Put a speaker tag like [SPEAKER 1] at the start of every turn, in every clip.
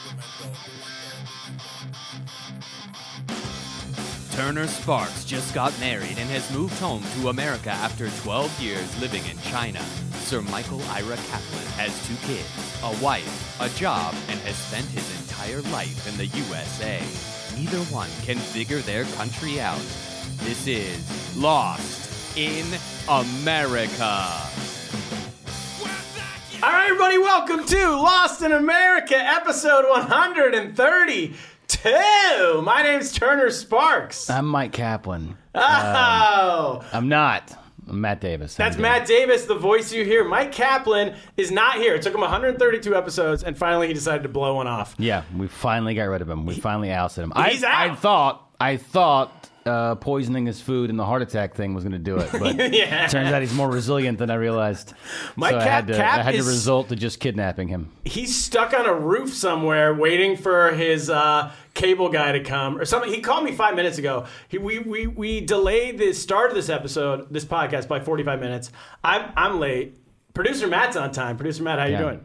[SPEAKER 1] Turner Sparks just got married and has moved home to America after 12 years living in China. Sir Michael Ira Kaplan has two kids, a wife, a job, and has spent his entire life in the USA. Neither one can figure their country out. This is Lost in America.
[SPEAKER 2] All right, everybody, welcome to Lost in America, episode 132. My name's Turner Sparks.
[SPEAKER 3] I'm Mike Kaplan.
[SPEAKER 2] Oh,
[SPEAKER 3] I'm not. I'm Matt Davis.
[SPEAKER 2] that's Matt Davis, the voice you hear. Mike Kaplan is not here. It took him 132 episodes, and finally he decided to blow one off.
[SPEAKER 3] Yeah, we finally got rid of him. We finally ousted him. I,
[SPEAKER 2] He's out.
[SPEAKER 3] I thought I thought uh, poisoning his food and the heart attack thing was going to do it, but
[SPEAKER 2] Yeah.
[SPEAKER 3] turns out he's more resilient than I realized.
[SPEAKER 2] Mike
[SPEAKER 3] so I
[SPEAKER 2] Cap-
[SPEAKER 3] had to,
[SPEAKER 2] Cap
[SPEAKER 3] I had
[SPEAKER 2] is-
[SPEAKER 3] to result to just kidnapping him.
[SPEAKER 2] He's stuck on a roof somewhere waiting for his uh, cable guy to come or something. He called me five minutes ago. He, we, we, we delayed the start of this episode, this podcast, by 45 minutes. I'm, I'm late. Producer Matt's on time. Producer Matt, how you
[SPEAKER 3] Yeah.
[SPEAKER 2] doing?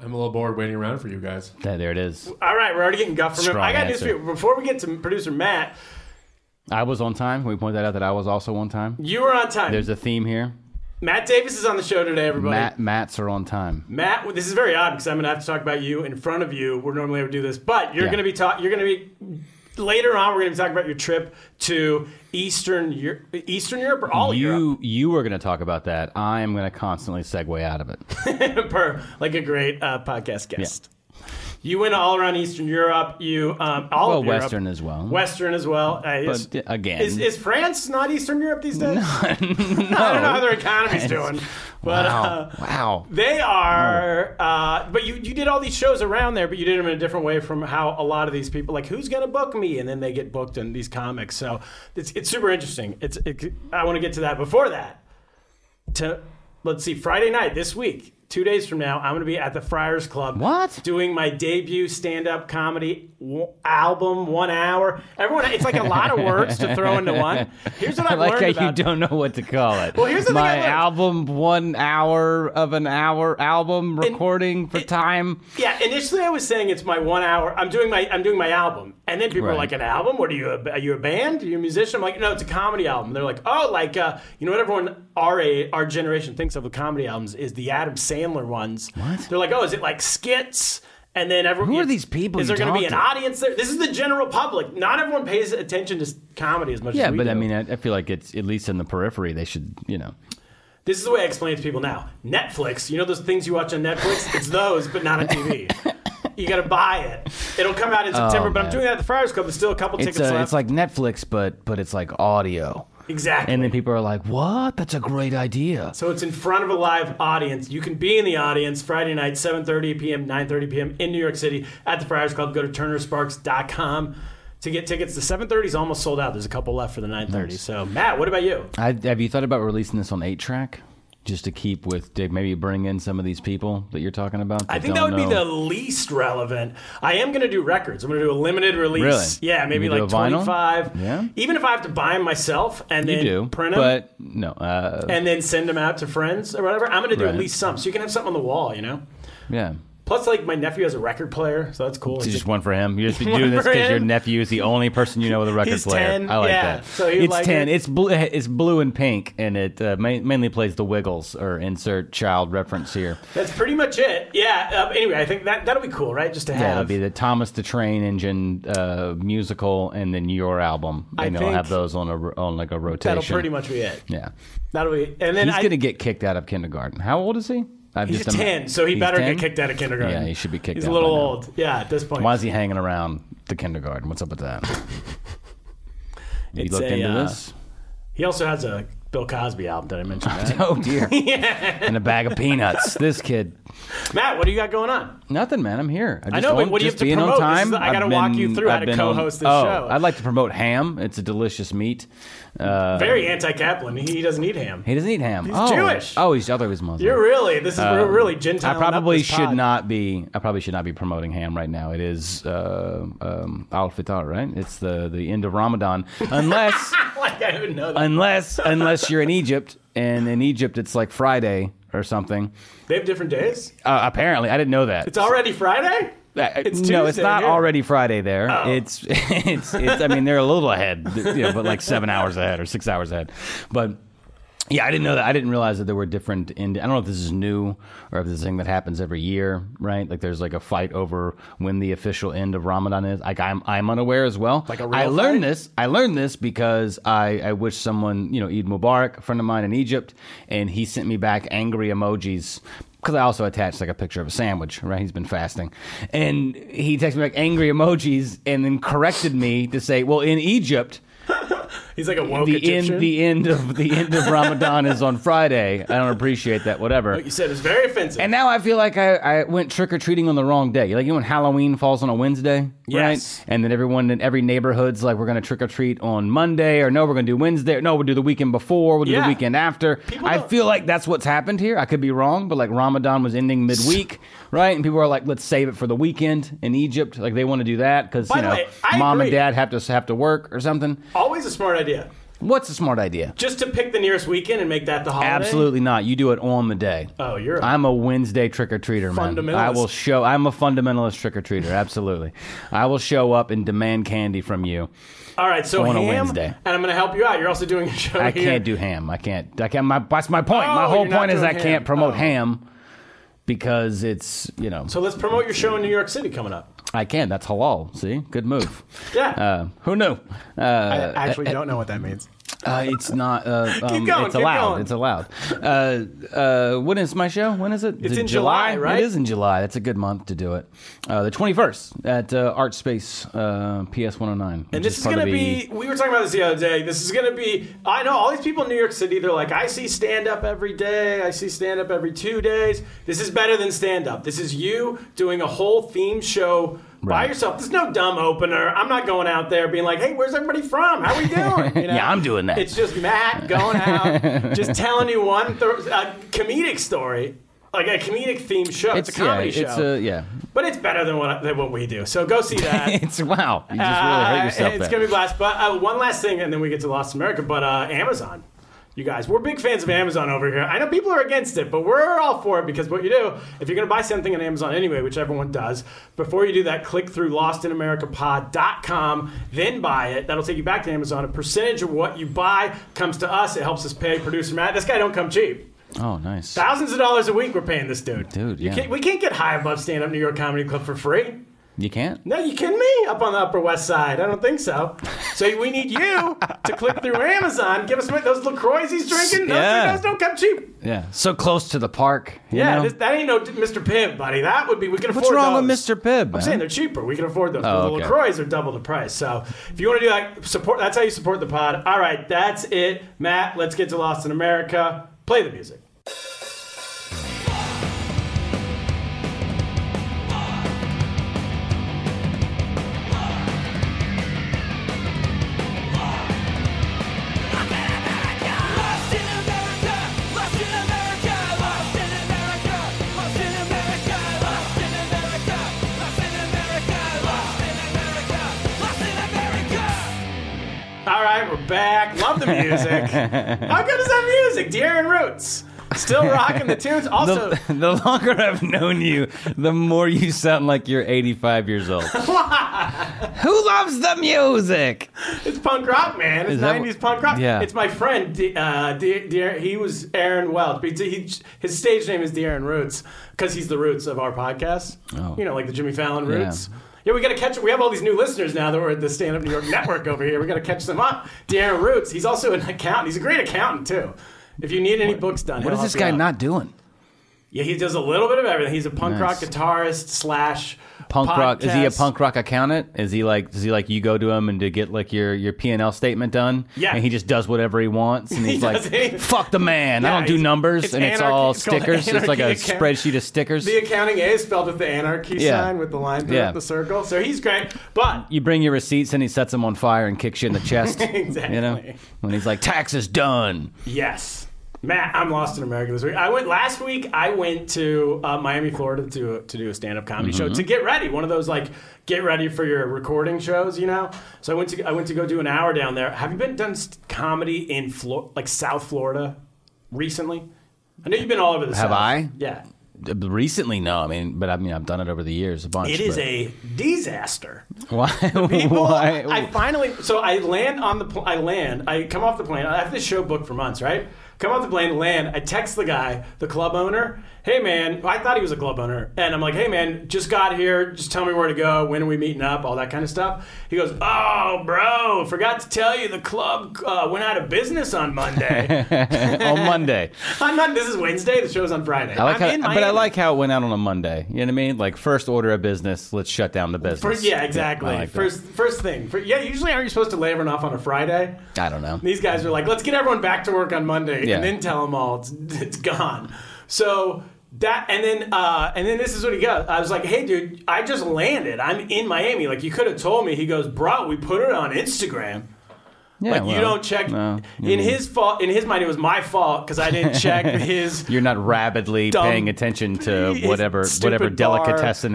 [SPEAKER 4] I'm a little bored waiting around for you guys.
[SPEAKER 3] There, there it is.
[SPEAKER 2] All right, we're already getting guff from him.
[SPEAKER 3] Strong
[SPEAKER 2] I got news
[SPEAKER 3] answer.
[SPEAKER 2] for you. Before we get to producer Matt,
[SPEAKER 3] I was on time. Can we point that out that I was also on time?
[SPEAKER 2] you were on time.
[SPEAKER 3] There's a theme here.
[SPEAKER 2] Matt Davis is on the show today, everybody.
[SPEAKER 3] Matt, Matts are on time.
[SPEAKER 2] Matt, well, this is very odd because I'm going to have to talk about you in front of you. We're normally would do this, but you're
[SPEAKER 3] Yeah.
[SPEAKER 2] going to be talk. You're going to be later on. We're going to be talking about your trip to Eastern Europe, Eastern Europe, or all Europe,
[SPEAKER 3] You you were going to talk about that. I am going to constantly segue out of it.
[SPEAKER 2] per like a great uh, podcast guest. You went all around Eastern Europe. You um, all
[SPEAKER 3] Well,
[SPEAKER 2] of Europe.
[SPEAKER 3] Western as well.
[SPEAKER 2] Western as well. Uh, is,
[SPEAKER 3] But, uh, again.
[SPEAKER 2] is, is France not Eastern Europe these days? I don't know how their economy's doing, but.
[SPEAKER 3] wow,
[SPEAKER 2] Uh,
[SPEAKER 3] wow.
[SPEAKER 2] They are, uh, but you, you did all these shows around there, but you did them in a different way from how a lot of these people like who's gonna book me, and then they get booked in these comics. So it's it's super interesting. It's it, I want to get to that before that. To let's see, Friday night this week, two days from now, I'm gonna be at the Friars Club.
[SPEAKER 3] What?
[SPEAKER 2] Doing my debut stand up comedy w- album, one hour. Everyone, it's like a lot of words to throw into one. Here's what
[SPEAKER 3] I
[SPEAKER 2] I've
[SPEAKER 3] like how
[SPEAKER 2] learned
[SPEAKER 3] you
[SPEAKER 2] about
[SPEAKER 3] don't know what to call it.
[SPEAKER 2] Well, here's the thing
[SPEAKER 3] my
[SPEAKER 2] I learned.
[SPEAKER 3] album, one hour of an hour album recording for time.
[SPEAKER 2] Yeah, initially I was saying it's my one hour. I'm doing my I'm doing my album, and then people are
[SPEAKER 3] Right.
[SPEAKER 2] like, "An album? What are you? A, are you a band? Are you a musician?" I'm like, "No, it's a comedy album." They're like, "Oh, like uh, you know what everyone our a- our generation thinks of with comedy albums is the Adam Sandler ones." What? They're like, "Oh, is it like skits?" And then everyone,
[SPEAKER 3] Who are these people
[SPEAKER 2] Is
[SPEAKER 3] you
[SPEAKER 2] there going to be an
[SPEAKER 3] talk to?
[SPEAKER 2] audience there? This is the general public. Not everyone pays attention to s- comedy as much.
[SPEAKER 3] Yeah,
[SPEAKER 2] as we
[SPEAKER 3] but
[SPEAKER 2] do.
[SPEAKER 3] I mean, I, I feel like it's at least in the periphery. They should, you know.
[SPEAKER 2] This is the way I explain it to people now. Netflix, you know those things you watch on Netflix? It's those, but not on TV. You gotta buy it. It'll come out in September, but I'm
[SPEAKER 3] Oh, man.
[SPEAKER 2] doing that at the Friars Club. There's still a couple
[SPEAKER 3] It's
[SPEAKER 2] tickets
[SPEAKER 3] uh
[SPEAKER 2] left.
[SPEAKER 3] it's like Netflix, but but it's like audio,
[SPEAKER 2] exactly.
[SPEAKER 3] and then people are like, "What? That's a great idea."
[SPEAKER 2] so it's in front of a live audience. You can be in the audience Friday night, 7:30 p.m., 9:30 p.m. in New York City at the Friars Club. Go to turnersparks.com to get tickets. The 7:30 is almost sold out. There's a couple left for the 9:30. So Matt, what about you?
[SPEAKER 3] I, have you thought about releasing this on eight track? just to keep with Dick? Maybe bring in some of these people that you're talking about.
[SPEAKER 2] I think that
[SPEAKER 3] don't
[SPEAKER 2] would be
[SPEAKER 3] know-
[SPEAKER 2] the least relevant. I am going to do records. I'm going to do a limited release.
[SPEAKER 3] Really?
[SPEAKER 2] Yeah, maybe
[SPEAKER 3] You gonna
[SPEAKER 2] like
[SPEAKER 3] do a vinyl?
[SPEAKER 2] 25.
[SPEAKER 3] Yeah.
[SPEAKER 2] Even if I have to buy them myself and
[SPEAKER 3] you
[SPEAKER 2] then
[SPEAKER 3] do,
[SPEAKER 2] print them
[SPEAKER 3] but no. Uh,
[SPEAKER 2] and then send them out to friends or whatever, I'm going to do
[SPEAKER 3] Right.
[SPEAKER 2] at least some. So you can have something on the wall, you know?
[SPEAKER 3] yeah.
[SPEAKER 2] Plus, like, my nephew has a record player, so that's cool.
[SPEAKER 3] It's
[SPEAKER 2] It's
[SPEAKER 3] just
[SPEAKER 2] like-
[SPEAKER 3] one for him. You're just doing this
[SPEAKER 2] for
[SPEAKER 3] because your
[SPEAKER 2] him.
[SPEAKER 3] nephew is the only person you know with a record
[SPEAKER 2] He's
[SPEAKER 3] player.
[SPEAKER 2] 10,
[SPEAKER 3] I like
[SPEAKER 2] yeah,
[SPEAKER 3] that.
[SPEAKER 2] so he'd
[SPEAKER 3] it's
[SPEAKER 2] like
[SPEAKER 3] ten.
[SPEAKER 2] it.
[SPEAKER 3] It's blue. It's blue and pink, and it uh, ma- mainly plays the Wiggles or insert child reference here.
[SPEAKER 2] that's pretty much it. Yeah. Um, anyway, I think that, that'll be cool, right? Just to
[SPEAKER 3] Yeah, it'll
[SPEAKER 2] have.
[SPEAKER 3] be the Thomas the Train Engine uh, musical, and then your album,
[SPEAKER 2] I
[SPEAKER 3] and they'll have
[SPEAKER 2] think
[SPEAKER 3] those on a on like a rotation.
[SPEAKER 2] that'll pretty much be it.
[SPEAKER 3] yeah.
[SPEAKER 2] That'll be. And then
[SPEAKER 3] He's
[SPEAKER 2] I,
[SPEAKER 3] gonna get kicked out of kindergarten. How old is he? I've
[SPEAKER 2] he's a
[SPEAKER 3] ima-
[SPEAKER 2] 10, so he
[SPEAKER 3] he's
[SPEAKER 2] better
[SPEAKER 3] 10?
[SPEAKER 2] get kicked out of kindergarten.
[SPEAKER 3] Yeah, he should be kicked
[SPEAKER 2] He's
[SPEAKER 3] out
[SPEAKER 2] a little
[SPEAKER 3] by now.
[SPEAKER 2] old. Yeah, at this point.
[SPEAKER 3] Why is he hanging around the kindergarten? What's up with that? you
[SPEAKER 2] It's
[SPEAKER 3] looked
[SPEAKER 2] a,
[SPEAKER 3] into
[SPEAKER 2] uh,
[SPEAKER 3] this?
[SPEAKER 2] He also has a Bill Cosby album that I mentioned. right?
[SPEAKER 3] Oh dear! And a bag of peanuts. This kid.
[SPEAKER 2] Matt, what do you got going on?
[SPEAKER 3] Nothing, man. I'm here. I, just
[SPEAKER 2] know, but
[SPEAKER 3] want-
[SPEAKER 2] what do you
[SPEAKER 3] just
[SPEAKER 2] have to
[SPEAKER 3] being
[SPEAKER 2] promote?
[SPEAKER 3] on
[SPEAKER 2] This
[SPEAKER 3] time.
[SPEAKER 2] is- I
[SPEAKER 3] I've
[SPEAKER 2] gotta walk
[SPEAKER 3] been-
[SPEAKER 2] you through how
[SPEAKER 3] I've
[SPEAKER 2] to
[SPEAKER 3] been on-
[SPEAKER 2] co-host this
[SPEAKER 3] oh,
[SPEAKER 2] show.
[SPEAKER 3] I'd like to promote ham. It's a delicious meat. Uh,
[SPEAKER 2] Very anti-Kaplan. He doesn't eat ham.
[SPEAKER 3] He doesn't eat ham. He's
[SPEAKER 2] Jewish.
[SPEAKER 3] Oh, he's. I thought he was Muslim.
[SPEAKER 2] You're really this is we're really
[SPEAKER 3] Um, I
[SPEAKER 2] Gentile.
[SPEAKER 3] probably should not be. I probably should not be promoting ham right now. It is uh, um, Al Fitr, right? It's the the end of Ramadan, unless
[SPEAKER 2] like I didn't know that.
[SPEAKER 3] unless unless you're in Egypt, and in Egypt it's like Friday or something.
[SPEAKER 2] they have different days.
[SPEAKER 3] Uh, apparently, I didn't know that.
[SPEAKER 2] It's already Friday. uh, it's
[SPEAKER 3] no, it's
[SPEAKER 2] Tuesday Oh.
[SPEAKER 3] not
[SPEAKER 2] here.
[SPEAKER 3] already Friday there. It's, it's it's. I mean, they're a little ahead, you know, but like seven hours ahead or six hours ahead. But yeah, I didn't know that. I didn't realize that there were different. Ind- I don't know if this is new or if this is a thing that happens every year, right? Like there's like a fight over when the official end of Ramadan is. Like I'm I'm unaware as well. Like
[SPEAKER 2] a real
[SPEAKER 3] I learned
[SPEAKER 2] fight?
[SPEAKER 3] this. I learned this because I I wish someone you know Eid Mubarak, a friend of mine in Egypt, and he sent me back angry emojis. Because I also attached like a picture of a sandwich, right? He's been fasting, and he texted me back angry emojis, and then corrected me to say, "Well, in Egypt,
[SPEAKER 2] He's like a woke
[SPEAKER 3] the
[SPEAKER 2] Egyptian.
[SPEAKER 3] end the end of the end of Ramadan is on Friday. I don't appreciate that. Whatever.
[SPEAKER 2] you said it's very offensive.
[SPEAKER 3] And now I feel like I, I went trick or treating on the wrong day. Like you know when Halloween falls on a Wednesday,
[SPEAKER 2] Yes.
[SPEAKER 3] right? And then everyone in every neighborhood's like, we're gonna trick or treat on Monday, or no, we're gonna do Wednesday, or no, we'll do the weekend before, we'll do
[SPEAKER 2] Yeah.
[SPEAKER 3] the weekend after.
[SPEAKER 2] People
[SPEAKER 3] I
[SPEAKER 2] don't-
[SPEAKER 3] feel like that's what's happened here. I could be wrong, but like Ramadan was ending midweek, right? And people are like, let's save it for the weekend in Egypt. Like they want to do that because
[SPEAKER 2] By
[SPEAKER 3] you
[SPEAKER 2] the
[SPEAKER 3] know
[SPEAKER 2] way, I
[SPEAKER 3] mom and
[SPEAKER 2] agree.
[SPEAKER 3] dad have to have to work or something.
[SPEAKER 2] Always a smart idea.
[SPEAKER 3] What's a smart idea?
[SPEAKER 2] Just to pick the nearest weekend and make that the holiday.
[SPEAKER 3] Absolutely not. You do it on the day.
[SPEAKER 2] Oh, you're a-
[SPEAKER 3] I'm a Wednesday trick or treater, man.
[SPEAKER 2] Fundamentalist.
[SPEAKER 3] I will show. I'm a fundamentalist trick or treater. Absolutely. I will show up and demand candy from you.
[SPEAKER 2] All right, so
[SPEAKER 3] On a
[SPEAKER 2] ham,
[SPEAKER 3] Wednesday.
[SPEAKER 2] and I'm going to help you out. You're also doing a show
[SPEAKER 3] I
[SPEAKER 2] here.
[SPEAKER 3] can't do ham. I can't. I can't. My, that's my point. my
[SPEAKER 2] Oh,
[SPEAKER 3] whole
[SPEAKER 2] you're not
[SPEAKER 3] point is I
[SPEAKER 2] doing ham.
[SPEAKER 3] can't promote
[SPEAKER 2] Oh.
[SPEAKER 3] ham because it's you know
[SPEAKER 2] So let's promote your show in New York City coming up.
[SPEAKER 3] I can. That's halal. See, good move.
[SPEAKER 2] Yeah.
[SPEAKER 3] Uh, who knew? Uh,
[SPEAKER 2] I actually don't know what that means.
[SPEAKER 3] uh, it's not. Uh, um,
[SPEAKER 2] going,
[SPEAKER 3] it's
[SPEAKER 2] keep
[SPEAKER 3] allowed.
[SPEAKER 2] going.
[SPEAKER 3] It's allowed. Uh, uh, when is my show? When is it? Is
[SPEAKER 2] It's
[SPEAKER 3] it
[SPEAKER 2] in July, right?
[SPEAKER 3] It is in July. That's a good month to do it. Uh, the 21st at uh, Art Space uh, PS 109.
[SPEAKER 2] And this is going to be, we were talking about this the other day. This is going to be, I know all these people in New York City, they're like, I see stand up every day. I see stand up every two days. This is better than stand up. This is you doing a whole theme show by
[SPEAKER 3] Right.
[SPEAKER 2] yourself. There's no dumb opener. I'm not going out there being like, hey, where's everybody from? How we doing? You know?
[SPEAKER 3] Yeah, I'm doing that.
[SPEAKER 2] It's just Matt going out, just telling you one th- a comedic story, like a comedic themed show. It's, a comedy
[SPEAKER 3] yeah, It's
[SPEAKER 2] show.
[SPEAKER 3] a, yeah.
[SPEAKER 2] but it's better than what, than what we do. So go see that.
[SPEAKER 3] It's wow. You just really hurt
[SPEAKER 2] Uh,
[SPEAKER 3] yourself.
[SPEAKER 2] It's
[SPEAKER 3] there.
[SPEAKER 2] gonna be blast. But uh, one last thing, and then we get to Lost America. But uh, Amazon, you guys, we're big fans of Amazon over here. I know people are against it, but we're all for it because what you do, if you're gonna buy something on Amazon anyway, which everyone does, before you do that, click through LostInAmericaPod.com, then buy it. That'll take you back to Amazon. A percentage of what you buy comes to us. It helps us pay producer Matt. This guy don't come cheap.
[SPEAKER 3] oh, nice.
[SPEAKER 2] Thousands of dollars a week we're paying this dude.
[SPEAKER 3] Dude,
[SPEAKER 2] You
[SPEAKER 3] yeah.
[SPEAKER 2] can't- we can't get high above stand up New York Comedy Club for free.
[SPEAKER 3] You can't?
[SPEAKER 2] No, you kidding me? Up on the Upper West Side? I don't think so. So we need you to click through Amazon, give us those Lacroix he's drinking. Those,
[SPEAKER 3] Yeah.
[SPEAKER 2] don't come cheap.
[SPEAKER 3] Yeah. So close to the park. you
[SPEAKER 2] Yeah,
[SPEAKER 3] know?
[SPEAKER 2] this, that ain't no Mr. Pibb, buddy. That would be we can afford.
[SPEAKER 3] What's wrong with
[SPEAKER 2] those.
[SPEAKER 3] Mr. Pibb?
[SPEAKER 2] I'm
[SPEAKER 3] man?
[SPEAKER 2] saying they're cheaper. We can afford those.
[SPEAKER 3] Oh,
[SPEAKER 2] the
[SPEAKER 3] okay.
[SPEAKER 2] Lacroix are double the price. So if you want to do that, support. That's how you support the pod. All right, that's it, Matt. Let's get to Lost in America. Play the music.
[SPEAKER 5] Lost in America, lost in America,
[SPEAKER 2] the music. How good is that music? De'Aaron Roots. Still rocking the tunes. Also,
[SPEAKER 3] The, the longer I've known you, the more you sound like you're 85 years old. Who loves the music?
[SPEAKER 2] it's punk rock, man. It's
[SPEAKER 3] Is that
[SPEAKER 2] 90s
[SPEAKER 3] what-
[SPEAKER 2] punk rock.
[SPEAKER 3] Yeah.
[SPEAKER 2] It's my friend. D- Uh, D- D- he was Aaron Welch. He, he, his stage name is De'Aaron Roots because he's the roots of our podcast.
[SPEAKER 3] Oh.
[SPEAKER 2] You know, like the Jimmy Fallon
[SPEAKER 3] Yeah.
[SPEAKER 2] roots. Yeah. we got to catch. We have all these new listeners now that we're at the Stand Up New York Network over here. We got to catch them up. De'Aaron Roots. He's also an accountant. He's a great accountant too. If you need any books done,
[SPEAKER 3] What
[SPEAKER 2] he'll
[SPEAKER 3] is this
[SPEAKER 2] help you
[SPEAKER 3] guy
[SPEAKER 2] out.
[SPEAKER 3] not doing?
[SPEAKER 2] Yeah, he does a little bit of everything. He's a punk rock
[SPEAKER 3] Nice.
[SPEAKER 2] guitarist slash
[SPEAKER 3] Punk rock? Is he a
[SPEAKER 2] podcast-
[SPEAKER 3] punk rock accountant? Is he like? Does he like you go to him and to get like your your P and L statement done?
[SPEAKER 2] Yeah.
[SPEAKER 3] And he just does whatever he wants, and he's
[SPEAKER 2] does
[SPEAKER 3] like,
[SPEAKER 2] it.
[SPEAKER 3] "Fuck the man!
[SPEAKER 2] Yeah,
[SPEAKER 3] I don't do
[SPEAKER 2] he's-
[SPEAKER 3] numbers,
[SPEAKER 2] it's
[SPEAKER 3] and it's
[SPEAKER 2] anarchy.
[SPEAKER 3] all
[SPEAKER 2] It's called
[SPEAKER 3] stickers. It's like a
[SPEAKER 2] anarchy account.
[SPEAKER 3] spreadsheet of stickers.
[SPEAKER 2] The accounting A is spelled with the anarchy
[SPEAKER 3] Yeah.
[SPEAKER 2] sign with the line through
[SPEAKER 3] Yeah.
[SPEAKER 2] it, the circle. So he's great, but
[SPEAKER 3] you bring your receipts, and he sets them on fire and kicks you in the chest. You know,
[SPEAKER 2] Exactly.
[SPEAKER 3] when he's like, "Tax is done."
[SPEAKER 2] yes, Matt, I'm lost in America this week. I went last week. I went to uh, Miami, Florida to to do a stand up comedy
[SPEAKER 3] Mm-hmm.
[SPEAKER 2] show to get ready. One of those like get ready for your recording shows, you know. So I went to I went to go do an hour down there. Have you been done st- comedy in Flor- like South Florida recently? I know you've been all over the
[SPEAKER 3] Have
[SPEAKER 2] South.
[SPEAKER 3] I?
[SPEAKER 2] Yeah.
[SPEAKER 3] Recently, no. I mean, but I mean, I've done it over the years a bunch.
[SPEAKER 2] It is
[SPEAKER 3] but-
[SPEAKER 2] a disaster.
[SPEAKER 3] why.
[SPEAKER 2] People,
[SPEAKER 3] why-
[SPEAKER 2] I finally, so I land on the, pl- I land, I come off the plane. I have this show booked for months, right? Come off the plane, land. I text the guy, the club owner. Hey man, I thought he was a club owner, and I'm like, hey man, just got here. Just tell me where to go. When are we meeting up? All that kind of stuff. He goes, oh bro, forgot to tell you the club uh, went out of business on Monday.
[SPEAKER 3] on Monday.
[SPEAKER 2] I'm not. This is Wednesday. The show's on Friday.
[SPEAKER 3] I
[SPEAKER 2] am
[SPEAKER 3] like how,
[SPEAKER 2] in
[SPEAKER 3] but I
[SPEAKER 2] Miami.
[SPEAKER 3] like how it went out on a Monday. You know what I mean? Like first order of business, let's shut down the business.
[SPEAKER 2] First, yeah, exactly.
[SPEAKER 3] I like that.
[SPEAKER 2] first, first thing. For, yeah, usually aren't you supposed to lay everyone off on a Friday?
[SPEAKER 3] I don't know.
[SPEAKER 2] These guys are like, let's get everyone back to work on Monday
[SPEAKER 3] Yeah.
[SPEAKER 2] and then tell them all it's, it's gone. So that and then uh, and then this is what he got. I was like, hey dude, I just landed. I'm in Miami. Like you could have told me. He goes, bro, we put it on Instagram.
[SPEAKER 3] Yeah,
[SPEAKER 2] Like you
[SPEAKER 3] well,
[SPEAKER 2] don't check.
[SPEAKER 3] no.
[SPEAKER 2] in his fault. In his mind, it was my fault because I didn't check his.
[SPEAKER 3] You're not rabidly
[SPEAKER 2] dumb-
[SPEAKER 3] paying attention to
[SPEAKER 2] It's
[SPEAKER 3] whatever
[SPEAKER 2] stupid
[SPEAKER 3] whatever
[SPEAKER 2] bar.
[SPEAKER 3] delicatessen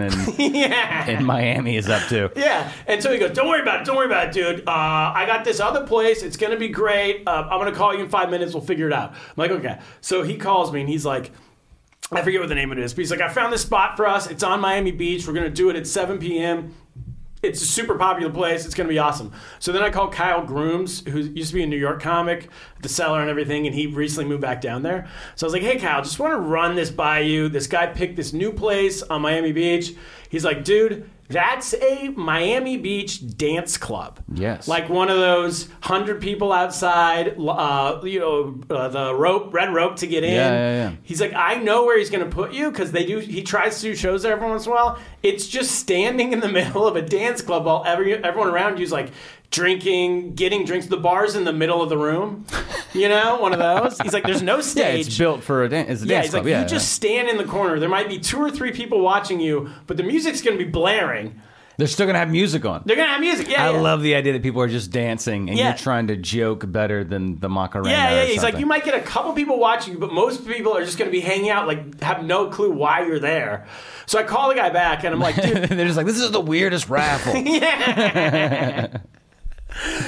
[SPEAKER 3] in,
[SPEAKER 2] yeah.
[SPEAKER 3] in Miami is up to.
[SPEAKER 2] Yeah. And so he goes, Don't worry about it. Don't worry about it, dude. Uh, I got this other place. It's going to be great. Uh, I'm going to call you in five minutes. We'll figure it out. I'm like, Okay. So he calls me and he's like, I forget what the name of it is, but he's like, I found this spot for us. It's on Miami Beach. We're going to do it at 7 p.m. It's a super popular place. It's going to be awesome. So then I called Kyle Grooms, who used to be a New York comic, the seller and everything, and he recently moved back down there. So I was like, hey, Kyle, just want to run this by you. This guy picked this new place on Miami Beach. He's like, dude, that's a Miami Beach dance club.
[SPEAKER 3] Yes.
[SPEAKER 2] Like one of those 100 people outside, uh, you know, uh, the rope, red rope to get in.
[SPEAKER 3] Yeah, yeah, yeah.
[SPEAKER 2] He's like, I know where he's going to put you because they do. He tries to do shows there every once in a while. It's just standing in the middle of a dance club while every, everyone around you's like drinking, getting drinks. The bar's in the middle of the room, you know, one of those. He's like, there's no
[SPEAKER 3] Yeah,
[SPEAKER 2] stage.
[SPEAKER 3] it's built for a dance. It's a
[SPEAKER 2] Yeah,
[SPEAKER 3] dance
[SPEAKER 2] he's
[SPEAKER 3] club.
[SPEAKER 2] like,
[SPEAKER 3] yeah,
[SPEAKER 2] you just stand in the corner. There might be two or three people watching you, but the music's going to be blaring.
[SPEAKER 3] yeah. they're still gonna have music on.
[SPEAKER 2] They're going to have music. Yeah,
[SPEAKER 3] I
[SPEAKER 2] yeah.
[SPEAKER 3] love the idea that people are just dancing and
[SPEAKER 2] Yeah.
[SPEAKER 3] you're trying to joke better than the Macarena.
[SPEAKER 2] Yeah,
[SPEAKER 3] or
[SPEAKER 2] yeah. He's like,
[SPEAKER 3] something.
[SPEAKER 2] you might get a couple people watching, but most people are just going to be hanging out, like have no clue why you're there. So I call the guy back, and I'm like, dude.
[SPEAKER 3] they're just like, this is the weirdest raffle.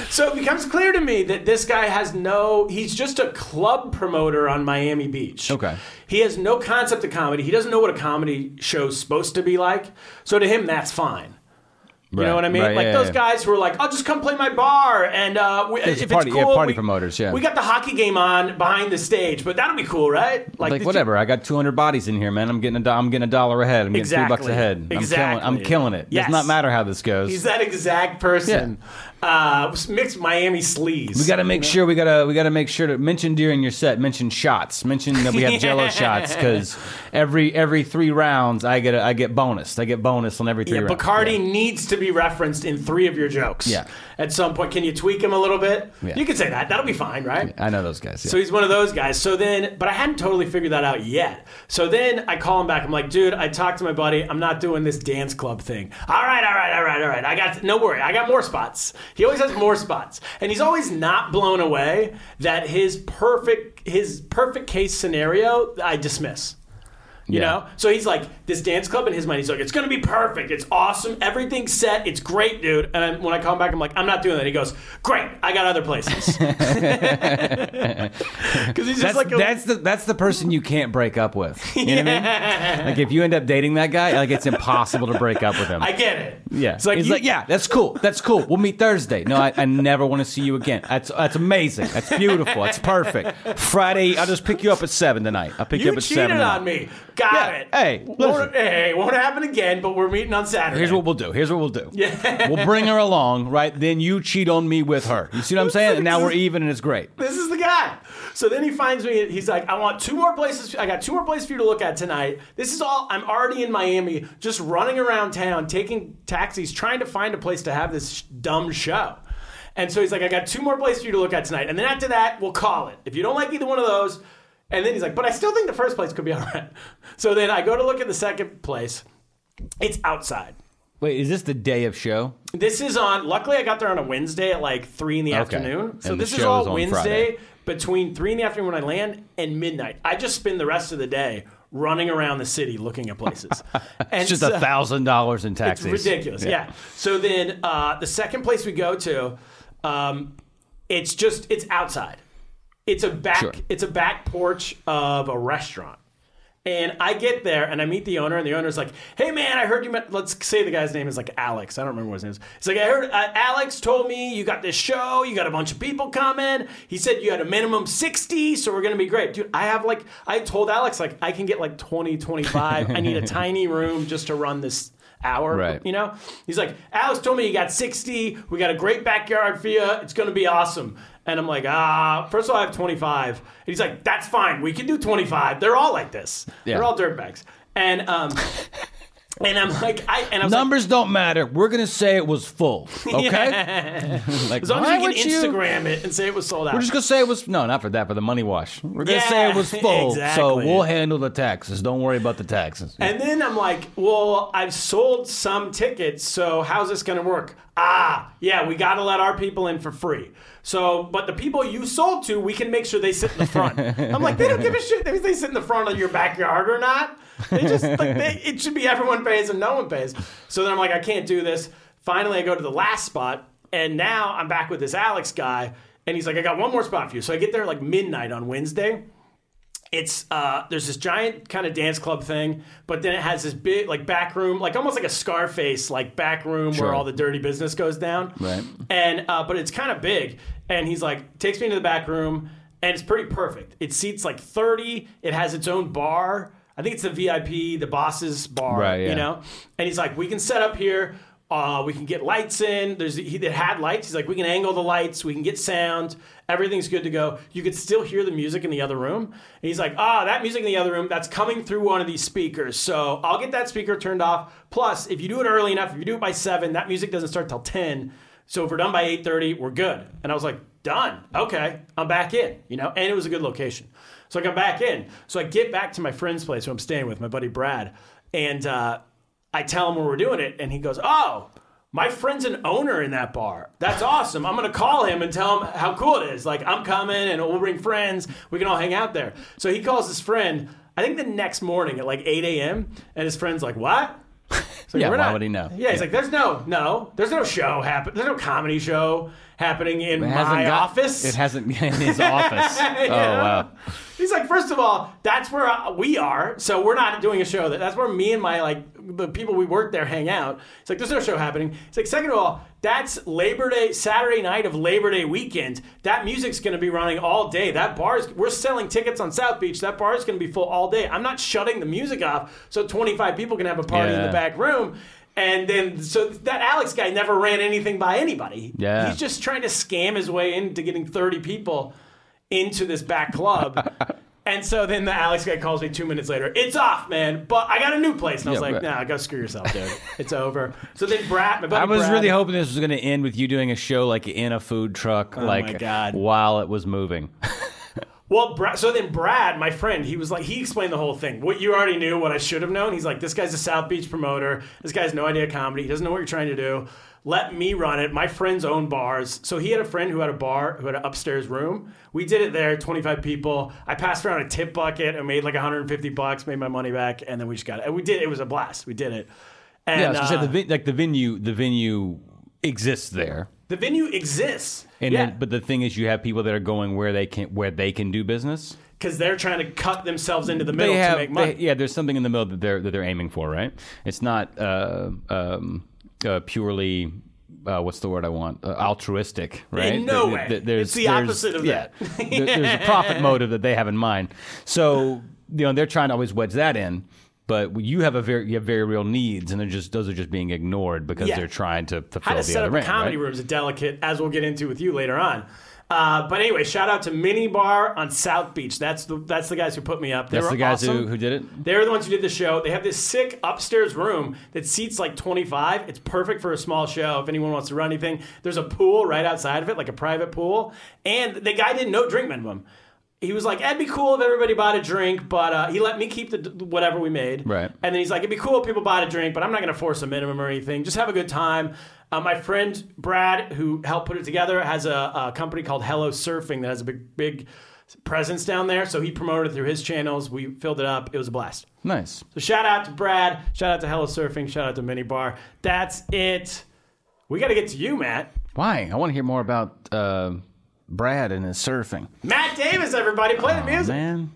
[SPEAKER 2] so it becomes clear to me that this guy has no. He's just a club promoter on Miami Beach.
[SPEAKER 3] Okay.
[SPEAKER 2] He has no concept of comedy. He doesn't know what a comedy show's supposed to be like. So to him, that's fine. You know what I mean? like those guys who are like, "I'll just come play my bar," and uh, we,
[SPEAKER 3] It's
[SPEAKER 2] if
[SPEAKER 3] party-
[SPEAKER 2] it's
[SPEAKER 3] yeah,
[SPEAKER 2] cool,
[SPEAKER 3] party
[SPEAKER 2] we-
[SPEAKER 3] promoters, yeah.
[SPEAKER 2] we got the hockey game on behind the stage, but that'll be cool, right?
[SPEAKER 3] Like,
[SPEAKER 2] did you-
[SPEAKER 3] whatever, I got 200 bodies in here, man. I'm getting a do- I'm getting a dollar a head. I'm getting
[SPEAKER 2] Exactly.
[SPEAKER 3] three bucks a head. I'm killing,
[SPEAKER 2] Exactly.
[SPEAKER 3] I'm killing it.
[SPEAKER 2] Yes.
[SPEAKER 3] Does not matter how this goes.
[SPEAKER 2] He's that exact person. Uh, mixed Miami sleaze.
[SPEAKER 3] we got to make sure we got to we got to make sure to mention during your set. Mention shots. Mention that we have Jello shots because every every three rounds I get a, I get bonus. I get bonus on every three
[SPEAKER 2] yeah,
[SPEAKER 3] rounds.
[SPEAKER 2] Bacardi needs to be referenced in three of your jokes.
[SPEAKER 3] Yeah.
[SPEAKER 2] At some point, can you tweak him a little bit?
[SPEAKER 3] Yeah.
[SPEAKER 2] You can say that. That'll be fine, right?
[SPEAKER 3] Yeah, I know those guys. Yeah.
[SPEAKER 2] So he's one of those guys. So then, but I hadn't totally figured that out yet. So then I call him back. I'm like, dude, I talked to my buddy. I'm not doing this dance club thing. All right, all right, all right, all right. I got, no worry. I got more spots. He always has more spots. And he's always not blown away that his perfect, his perfect case scenario, I dismiss. You
[SPEAKER 3] Yeah.
[SPEAKER 2] know? So he's like, this dance club in his mind, he's like, it's going to be perfect. It's awesome. Everything's set. It's great, dude. And I, when I come back, I'm like, I'm not doing that. He goes, great. I got other places. Because he's
[SPEAKER 3] That's,
[SPEAKER 2] just like, a-
[SPEAKER 3] that's the that's the person you can't break up with. You know what I mean? Like if you end up dating that guy, like it's impossible to break up with him.
[SPEAKER 2] I get it.
[SPEAKER 3] yeah,
[SPEAKER 2] It's like,
[SPEAKER 3] he's
[SPEAKER 2] you-
[SPEAKER 3] like, yeah, that's cool, that's cool. We'll meet Thursday. No, I, I never want to see you again. That's that's amazing. That's beautiful. That's perfect. Friday, I'll just pick you up at seven tonight. I'll pick you,
[SPEAKER 2] You
[SPEAKER 3] up at
[SPEAKER 2] cheated
[SPEAKER 3] seven. tonight.
[SPEAKER 2] on me. Got
[SPEAKER 3] Yeah,
[SPEAKER 2] it.
[SPEAKER 3] hey, listen.
[SPEAKER 2] won't, hey, won't happen again. But we're meeting on Saturday.
[SPEAKER 3] Here's what we'll do. Here's what we'll do. Yeah. We'll bring her along, right? Then you cheat on me with her. You see what I'm saying? And now we're even, and it's great.
[SPEAKER 2] this is the guy. So then he finds me. He's like, I want two more places. I got two more places for you to look at tonight. This is all. I'm already in Miami, just running around town, taking taxis, trying to find a place to have this sh- dumb show. And so he's like, I got two more places for you to look at tonight. And then after that, we'll call it. If you don't like either one of those, and then he's like, but I still think the first place could be all right. So then I go to look at the second place. It's outside.
[SPEAKER 3] Wait, is this the day of show?
[SPEAKER 2] This is on. Luckily, I got there on a Wednesday at like three in the
[SPEAKER 3] Okay.
[SPEAKER 2] afternoon. So
[SPEAKER 3] And the
[SPEAKER 2] this is
[SPEAKER 3] show
[SPEAKER 2] all
[SPEAKER 3] is on
[SPEAKER 2] Wednesday
[SPEAKER 3] Friday.
[SPEAKER 2] between three in the afternoon when I land and midnight. I just spend the rest of the day running around the city looking at places. and
[SPEAKER 3] It's just
[SPEAKER 2] so-
[SPEAKER 3] a thousand dollars in taxes.
[SPEAKER 2] uh, It's ridiculous. Yeah. So then uh, the second place we go to, um, it's just it's outside. It's a back
[SPEAKER 3] Sure.
[SPEAKER 2] it's a back porch of a restaurant. And I get there and I meet the owner, and the owner's like, "Hey man, I heard you met." Let's say the guy's name is like Alex. I don't remember what his name is. It's like I heard uh, Alex told me you got this show, you got a bunch of people coming. He said you had a minimum sixty, so we're gonna be great, dude. I have like I told Alex like I can get like 20, 25. I need a tiny room just to run this hour,
[SPEAKER 3] Right.
[SPEAKER 2] you know. He's like, Alex told me you got sixty. We got a great backyard for you. It's gonna be awesome. And I'm like, ah, first of all, I have 25. And he's like, that's fine. We can do 25. They're all like this.
[SPEAKER 3] Yeah.
[SPEAKER 2] They're all dirtbags. And um, and I'm like, I and I was like,
[SPEAKER 3] Numbers don't matter. We're gonna say it was full. Okay. like,
[SPEAKER 2] as long
[SPEAKER 3] why
[SPEAKER 2] as
[SPEAKER 3] would
[SPEAKER 2] you can Instagram it and say it was sold out.
[SPEAKER 3] We're just gonna say it was no, not for that, for the money wash. We're gonna
[SPEAKER 2] Yeah,
[SPEAKER 3] say it was full, so
[SPEAKER 2] exactly.
[SPEAKER 3] we'll handle the taxes. Don't worry about the taxes.
[SPEAKER 2] And then I'm like, well, I've sold some tickets, so how's this going to work? Ah, yeah, we got to let our people in for free. So, but the people you sold to, we can make sure they sit in the front. I'm like, they don't give a shit if they sit in the front of your backyard or not. They just, like, they, it should be everyone pays and no one pays. So then I'm like, I can't do this. Finally, I go to the last spot, and now I'm back with this Alex guy, and he's like, I got one more spot for you. So I get there like midnight on Wednesday it's uh, there's this giant kind of dance club thing, but then it has this big like back room, like almost like a Scarface like back room where
[SPEAKER 3] Sure.
[SPEAKER 2] all the dirty business goes down.
[SPEAKER 3] Right.
[SPEAKER 2] And uh, but it's kind of big, and he's like takes me into the back room, and it's pretty perfect. It seats like thirty. It has its own bar. I think it's the VIP, the boss's bar.
[SPEAKER 3] Right, yeah.
[SPEAKER 2] You know, and he's like, we can set up here. Uh, we can get lights in. There's he that had lights. He's like, we can angle the lights. We can get sound. Everything's good to go. You could still hear the music in the other room. And he's like, ah, that music in the other room. That's coming through one of these speakers. So I'll get that speaker turned off. Plus, if you do it early enough, if you do it by seven, that music doesn't start till ten. So if we're done by eight thirty, we're good. And I was like, done. Okay, I'm back in. You know, and it was a good location. So I got back in. So I get back to my friend's place who I'm staying with, my buddy Brad, and. uh I tell him where we're doing it, and he goes, "Oh, my friend's an owner in that bar. That's awesome. I'm gonna call him and tell him how cool it is. Like I'm coming, and we'll bring friends. We can all hang out there." So he calls his friend. I think the next morning at like 8 a.m. and his friend's like, "What?" He's like,
[SPEAKER 3] Yeah,
[SPEAKER 2] "We're
[SPEAKER 3] why would he know?"
[SPEAKER 2] Yeah, he's like, "There's no, no, there's no show happen. There's no comedy show happening in
[SPEAKER 3] It hasn't
[SPEAKER 2] my
[SPEAKER 3] got-
[SPEAKER 2] office.
[SPEAKER 3] It hasn't in his office. Oh wow.
[SPEAKER 2] He's like, first of all, that's where uh, we are, so we're not doing a show. That that's where me and my like the people we work there hang out. It's like there's no show happening. It's like second of all, that's Labor Day Saturday night of Labor Day weekend. That music's going to be running all day. That bar's we're selling tickets on South Beach. That bar is going to be full all day. I'm not shutting the music off so 25 people can have a party in
[SPEAKER 3] Yeah.
[SPEAKER 2] the back room. And then, so that Alex guy never ran anything by anybody.
[SPEAKER 3] Yeah.
[SPEAKER 2] He's just trying to scam his way into getting 30 people into this back club. and so then the Alex guy calls me two minutes later. It's off, man. But I got a new place. And I was
[SPEAKER 3] Yeah,
[SPEAKER 2] like,
[SPEAKER 3] but-
[SPEAKER 2] nah, go screw yourself, dude. it's over. So then Brad, my buddy
[SPEAKER 3] I was
[SPEAKER 2] Brad-
[SPEAKER 3] really hoping this was going to end with you doing a show like in a food truck, like
[SPEAKER 2] Oh, God.
[SPEAKER 3] while it was moving.
[SPEAKER 2] Well, Brad, so then Brad, my friend, he was like, he explained the whole thing. What you already knew, what I should have known. He's like, this guy's a South Beach promoter. This guy's no idea comedy. He doesn't know what you're trying to do. let me run it. My friends own bars. So he had a friend who had a bar, who had an upstairs room. We did it there, 25 people. I passed around a tip bucket and made like 150 bucks, made my money back, and then we just got it. And we did, it was a blast. We did it. And,
[SPEAKER 3] yeah, I was gonna say,
[SPEAKER 2] uh,
[SPEAKER 3] the, vi- like the venue, the venue exists there,
[SPEAKER 2] the venue exists.
[SPEAKER 3] and
[SPEAKER 2] yeah.
[SPEAKER 3] then, but the thing is, you have people that are going where they can where they can do business.
[SPEAKER 2] because they're trying to cut themselves into the middle
[SPEAKER 3] they have,
[SPEAKER 2] to make money.
[SPEAKER 3] they- yeah, there's something in the middle that they're that they're aiming for, right? It's not uh, um, uh, purely. Uh, what's the word I want? Uh, altruistic, right?
[SPEAKER 2] no
[SPEAKER 3] There-
[SPEAKER 2] way.
[SPEAKER 3] there- there's-
[SPEAKER 2] It's the
[SPEAKER 3] there's-
[SPEAKER 2] opposite of
[SPEAKER 3] yeah,
[SPEAKER 2] that.
[SPEAKER 3] There- there's a profit motive that they have in mind. So you know they're trying to always wedge that in, but you have a very you have very real needs, and they're just those are just being ignored because
[SPEAKER 2] Yeah.
[SPEAKER 3] they're trying to, to
[SPEAKER 2] How
[SPEAKER 3] fill
[SPEAKER 2] to
[SPEAKER 3] the
[SPEAKER 2] set
[SPEAKER 3] other
[SPEAKER 2] up a
[SPEAKER 3] end,
[SPEAKER 2] comedy
[SPEAKER 3] right?
[SPEAKER 2] room is a delicate, as we'll get into with you later on. Uh, but anyway, shout out to Mini Bar on South Beach. That's the that's the guys who put me up. They
[SPEAKER 3] That's
[SPEAKER 2] were
[SPEAKER 3] the guys
[SPEAKER 2] awesome.
[SPEAKER 3] who, who did it.
[SPEAKER 2] They were the ones who did the show. They have this sick upstairs room that seats like 25. It's perfect for a small show if anyone wants to run anything. There's a pool right outside of it, like a private pool. And the guy didn't know drink minimum. He was like, it'd be cool if everybody bought a drink, but uh, he let me keep the whatever we made.
[SPEAKER 3] Right.
[SPEAKER 2] And then he's like, it'd be cool if people bought a drink, but I'm not going to force a minimum or anything. Just have a good time. Uh, my friend Brad, who helped put it together, has a, a company called Hello Surfing that has a big, big presence down there. So he promoted it through his channels. We filled it up. It was a blast.
[SPEAKER 3] Nice.
[SPEAKER 2] So shout out to Brad. Shout out to Hello Surfing. Shout out to Mini Bar. That's it. We got to get to you, Matt.
[SPEAKER 3] Why? I want to hear more about uh, Brad and his surfing.
[SPEAKER 2] Matt Davis, everybody, play the music.
[SPEAKER 3] Man.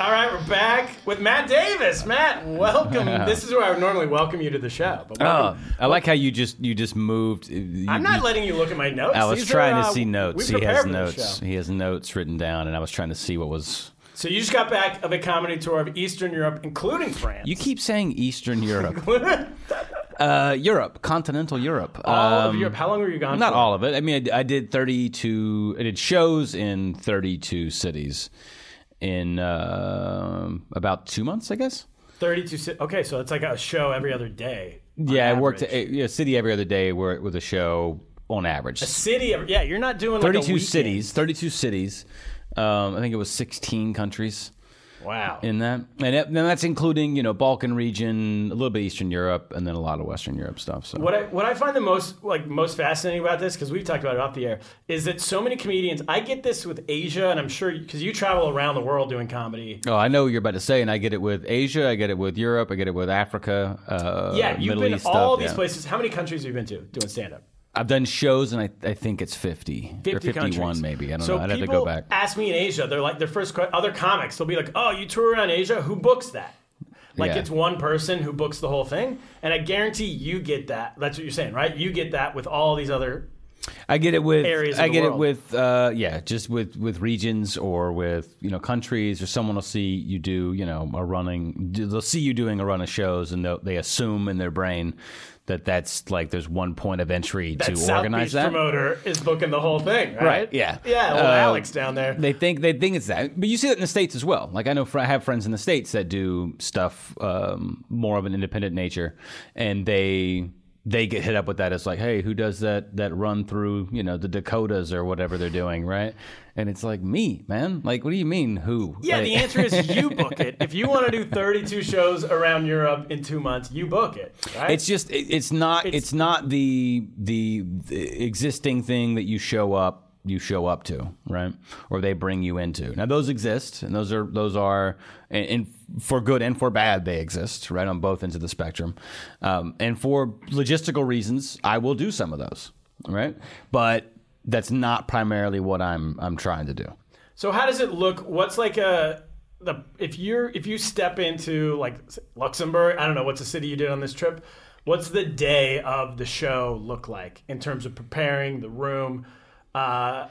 [SPEAKER 2] All right, we're back with Matt Davis. Matt, welcome. this is where I would normally welcome you to the show. But
[SPEAKER 3] Oh,
[SPEAKER 2] welcome.
[SPEAKER 3] I like how you just you just moved. uh, You-
[SPEAKER 2] Uh, I'm
[SPEAKER 3] Oh, you-
[SPEAKER 2] not letting you look at my notes.
[SPEAKER 3] I was
[SPEAKER 2] These
[SPEAKER 3] trying
[SPEAKER 2] are,
[SPEAKER 3] to
[SPEAKER 2] uh,
[SPEAKER 3] see
[SPEAKER 2] we
[SPEAKER 3] notes. He
[SPEAKER 2] prepare
[SPEAKER 3] has
[SPEAKER 2] for this
[SPEAKER 3] notes.
[SPEAKER 2] show.
[SPEAKER 3] He has notes written down, and I was trying to see what was.
[SPEAKER 2] So you just got back of a comedy tour of Eastern Europe, including France.
[SPEAKER 3] You keep saying Eastern Europe, uh, Europe, continental Europe.
[SPEAKER 2] all of
[SPEAKER 3] Um,
[SPEAKER 2] Europe. How long were you gone?
[SPEAKER 3] Not
[SPEAKER 2] for?
[SPEAKER 3] all of it. I mean, I, I did 32. I did shows in 32 cities in um about two months, I guess.
[SPEAKER 2] 32. si- Okay, so it's like a show every other day. on
[SPEAKER 3] Yeah, I
[SPEAKER 2] average.
[SPEAKER 3] worked a, yeah, city every other day where with a show on average.
[SPEAKER 2] city. Every, yeah, you're not doing like a
[SPEAKER 3] 32
[SPEAKER 2] weekend.
[SPEAKER 3] cities, 32 cities. Um, I think it was 16 countries
[SPEAKER 2] Wow.
[SPEAKER 3] in that, and that- and that's including you know Balkan region, a little bit Eastern Europe, and then a lot of Western Europe stuff. So
[SPEAKER 2] What I, what I find the most like most fascinating about this because we've talked about it off the air is that so many comedians I get this with Asia and I'm sure because you travel around the world doing comedy
[SPEAKER 3] oh, I know what you're about to say, and I get it with Asia, I get it with Europe, I get it with Africa. Uh,
[SPEAKER 2] yeah you've
[SPEAKER 3] Middle
[SPEAKER 2] been
[SPEAKER 3] East
[SPEAKER 2] all
[SPEAKER 3] stuff,
[SPEAKER 2] these
[SPEAKER 3] yeah.
[SPEAKER 2] places how many countries have you been to doing stand up
[SPEAKER 3] I've done shows, and I, I think it's 50,
[SPEAKER 2] 50
[SPEAKER 3] or 51
[SPEAKER 2] countries.
[SPEAKER 3] maybe. I don't
[SPEAKER 2] so
[SPEAKER 3] know. I'd have to
[SPEAKER 2] people
[SPEAKER 3] go back.
[SPEAKER 2] ask me in Asia they're like their first que- other comics they'll be like oh you tour around Asia who books that like
[SPEAKER 3] Yeah.
[SPEAKER 2] it's one person who books the whole thing and I guarantee you get that that's what you're saying right you get that with all these other
[SPEAKER 3] I get it with
[SPEAKER 2] areas of
[SPEAKER 3] I
[SPEAKER 2] the
[SPEAKER 3] get
[SPEAKER 2] world.
[SPEAKER 3] it with uh, yeah, just with with regions or with you know countries or someone will see you do you know a running they'll see you doing a run of shows and they'll- they assume in their brain that that's like there's one point of entry
[SPEAKER 2] that
[SPEAKER 3] to
[SPEAKER 2] South
[SPEAKER 3] organize
[SPEAKER 2] Beach
[SPEAKER 3] that.
[SPEAKER 2] promoter is booking the whole thing right,
[SPEAKER 3] Right, yeah.
[SPEAKER 2] yeah well
[SPEAKER 3] Uh,
[SPEAKER 2] Alex down there
[SPEAKER 3] They think they think it's that, but you see that in the states as well. Like I know fr- I have friends in the states that do stuff um, more of an independent nature, and they they get hit up with that as like, hey, who does that that run through you know the Dakotas or whatever they're doing, right? And it's like me, man. Like, what do you mean who?
[SPEAKER 2] Yeah,
[SPEAKER 3] Like-
[SPEAKER 2] the answer is you book it. If you want to do 32 shows around Europe in two months, you book it. Right?
[SPEAKER 3] It's just it, it's not it's, not the, the the existing thing that you show up you show up to right or they bring you into. Now those exist and those are those are and, and for good and for bad they exist right on both ends of the spectrum. Um, and for logistical reasons, I will do some of those right, but that's not primarily what I'm I'm trying to do.
[SPEAKER 2] so how does it look? What's like a the if you're if you step into like Luxembourg, I don't know what's the city you did on this trip. What's the day of the show look like in terms of preparing the room? Uh,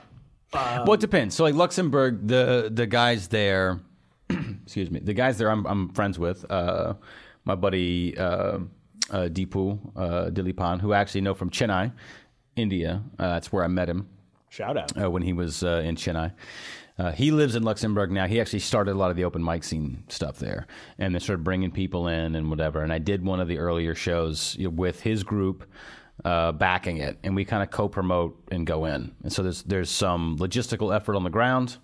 [SPEAKER 3] well, it depends. So, like Luxembourg, the the guys there, excuse me, the guys there, I'm I'm friends with. Uh, my buddy uh, uh, Deepu uh, Dilipan, who I actually know from Chennai, India. Uh, that's where I met him
[SPEAKER 2] shout out.
[SPEAKER 3] uh, when he was uh, in Chennai. Uh, he lives in Luxembourg now. He actually started a lot of the open mic scene stuff there, and then started bringing people in and whatever. And I did one of the earlier shows you know, with his group. uh, backing it, and we kind of co-promote and go in. And so there's there's some logistical effort on the ground.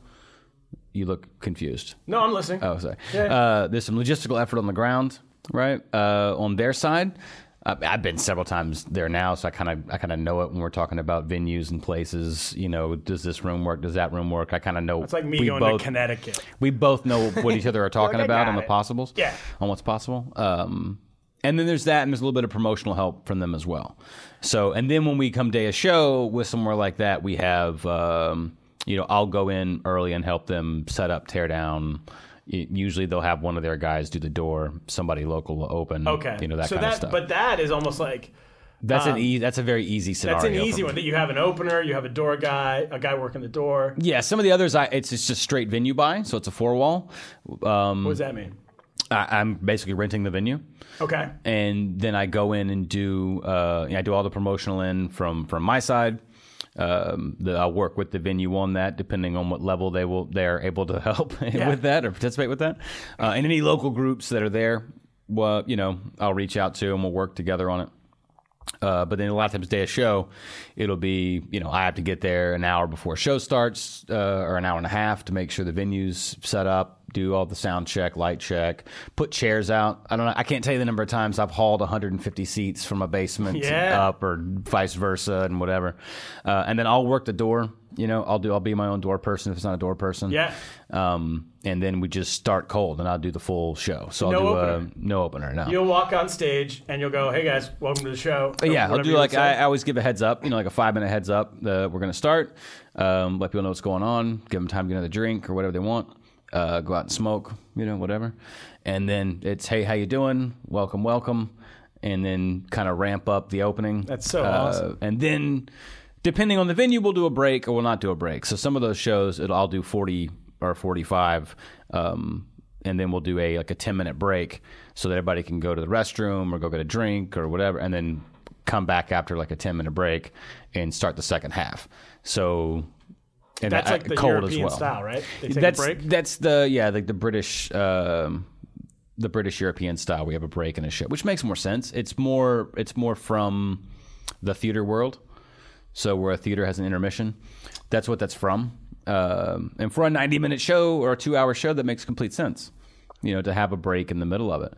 [SPEAKER 3] You look confused.
[SPEAKER 2] No, I'm listening.
[SPEAKER 3] Oh, sorry. Uh, there's some logistical effort on the ground, right? Uh, on their side, I, I've been several times there now, so I kind of I kind of know it when we're talking about venues and places. You know, does this room work? Does that room work? I kind of know.
[SPEAKER 2] It's like me
[SPEAKER 3] we
[SPEAKER 2] going
[SPEAKER 3] both-
[SPEAKER 2] to Connecticut.
[SPEAKER 3] we both know what each other are talking
[SPEAKER 2] Like, I
[SPEAKER 3] about
[SPEAKER 2] got
[SPEAKER 3] on the
[SPEAKER 2] it.
[SPEAKER 3] possibles.
[SPEAKER 2] Yeah.
[SPEAKER 3] On what's possible. Um, and then there's that, and there's a little bit of promotional help from them as well. So, and then when we come day a show with somewhere like that, we have, um, you know, I'll go in early and help them set up, tear down. Y- Usually they'll have one of their guys do the door, somebody local will open.
[SPEAKER 2] Okay.
[SPEAKER 3] You know, that
[SPEAKER 2] so
[SPEAKER 3] kind
[SPEAKER 2] that,
[SPEAKER 3] of stuff.
[SPEAKER 2] But that is almost like
[SPEAKER 3] that's, an e- that's a very easy scenario.
[SPEAKER 2] that's an
[SPEAKER 3] for
[SPEAKER 2] easy
[SPEAKER 3] me.
[SPEAKER 2] one. That you have an opener, you have a door guy, a guy working the door.
[SPEAKER 3] Yeah, some of the others, I, it's it's just straight venue buy, so it's a four wall.
[SPEAKER 2] What
[SPEAKER 3] Mm.
[SPEAKER 2] does that mean?
[SPEAKER 3] I, I'm basically renting the venue.
[SPEAKER 2] Okay.
[SPEAKER 3] and then I go in and do uh, I do all the promotional in from from my side. Um, the, I'll work with the venue on that, depending on what level they will they are able to help with that or participate with that, uh, and any local groups that are there. Well, you know, I'll reach out to and we'll work together on it. Uh, but then a lot of times, day of show, it'll be you know I have to get there an hour before show starts uh, or an hour and a half to make sure the venue's set up, do all the sound check, light check, put chairs out. I don't know. I can't tell you the number of times I've hauled 150 seats from a basement
[SPEAKER 2] Yeah.
[SPEAKER 3] up or vice versa and whatever. Uh, and then I'll work the door. You know, I'll do. I'll be my own door person if it's not a door person.
[SPEAKER 2] Yeah.
[SPEAKER 3] Um, and then we just start cold, and I'll do the full show. So
[SPEAKER 2] No
[SPEAKER 3] I'll do
[SPEAKER 2] opener.
[SPEAKER 3] a no opener. No.
[SPEAKER 2] You'll walk on stage and you'll go, "Hey guys, welcome to the show."
[SPEAKER 3] But
[SPEAKER 2] or
[SPEAKER 3] yeah, I'll
[SPEAKER 2] whatever
[SPEAKER 3] do
[SPEAKER 2] you would
[SPEAKER 3] like I,
[SPEAKER 2] say.
[SPEAKER 3] I always give a heads up, you know, like a five minute heads up that we're gonna start. Um, let people know what's going on. Give them time to get another drink or whatever they want. Uh, go out and smoke, you know, whatever. And then it's hey, how you doing? Welcome, welcome. And then kind of ramp up the opening.
[SPEAKER 2] That's so
[SPEAKER 3] Uh,
[SPEAKER 2] awesome.
[SPEAKER 3] And then depending on the venue, we'll do a break or we'll not do a break. So some of those shows, it'll, I'll do forty or forty five. Um, and then we'll do a like a 10 minute break so that everybody can go to the restroom or go get a drink or whatever and then come back after like a 10 minute break and start the second half so and
[SPEAKER 2] that's
[SPEAKER 3] I-
[SPEAKER 2] like the
[SPEAKER 3] cold
[SPEAKER 2] European
[SPEAKER 3] as well
[SPEAKER 2] style, right? They take
[SPEAKER 3] that's
[SPEAKER 2] a break.
[SPEAKER 3] that's the yeah like the british um the british european style we have a break and a show which makes more sense it's more it's more from the theater world so where a theater has an intermission that's what that's from um, and for a 90 minute show or a two hour show that makes complete sense you know to have a break in the middle of it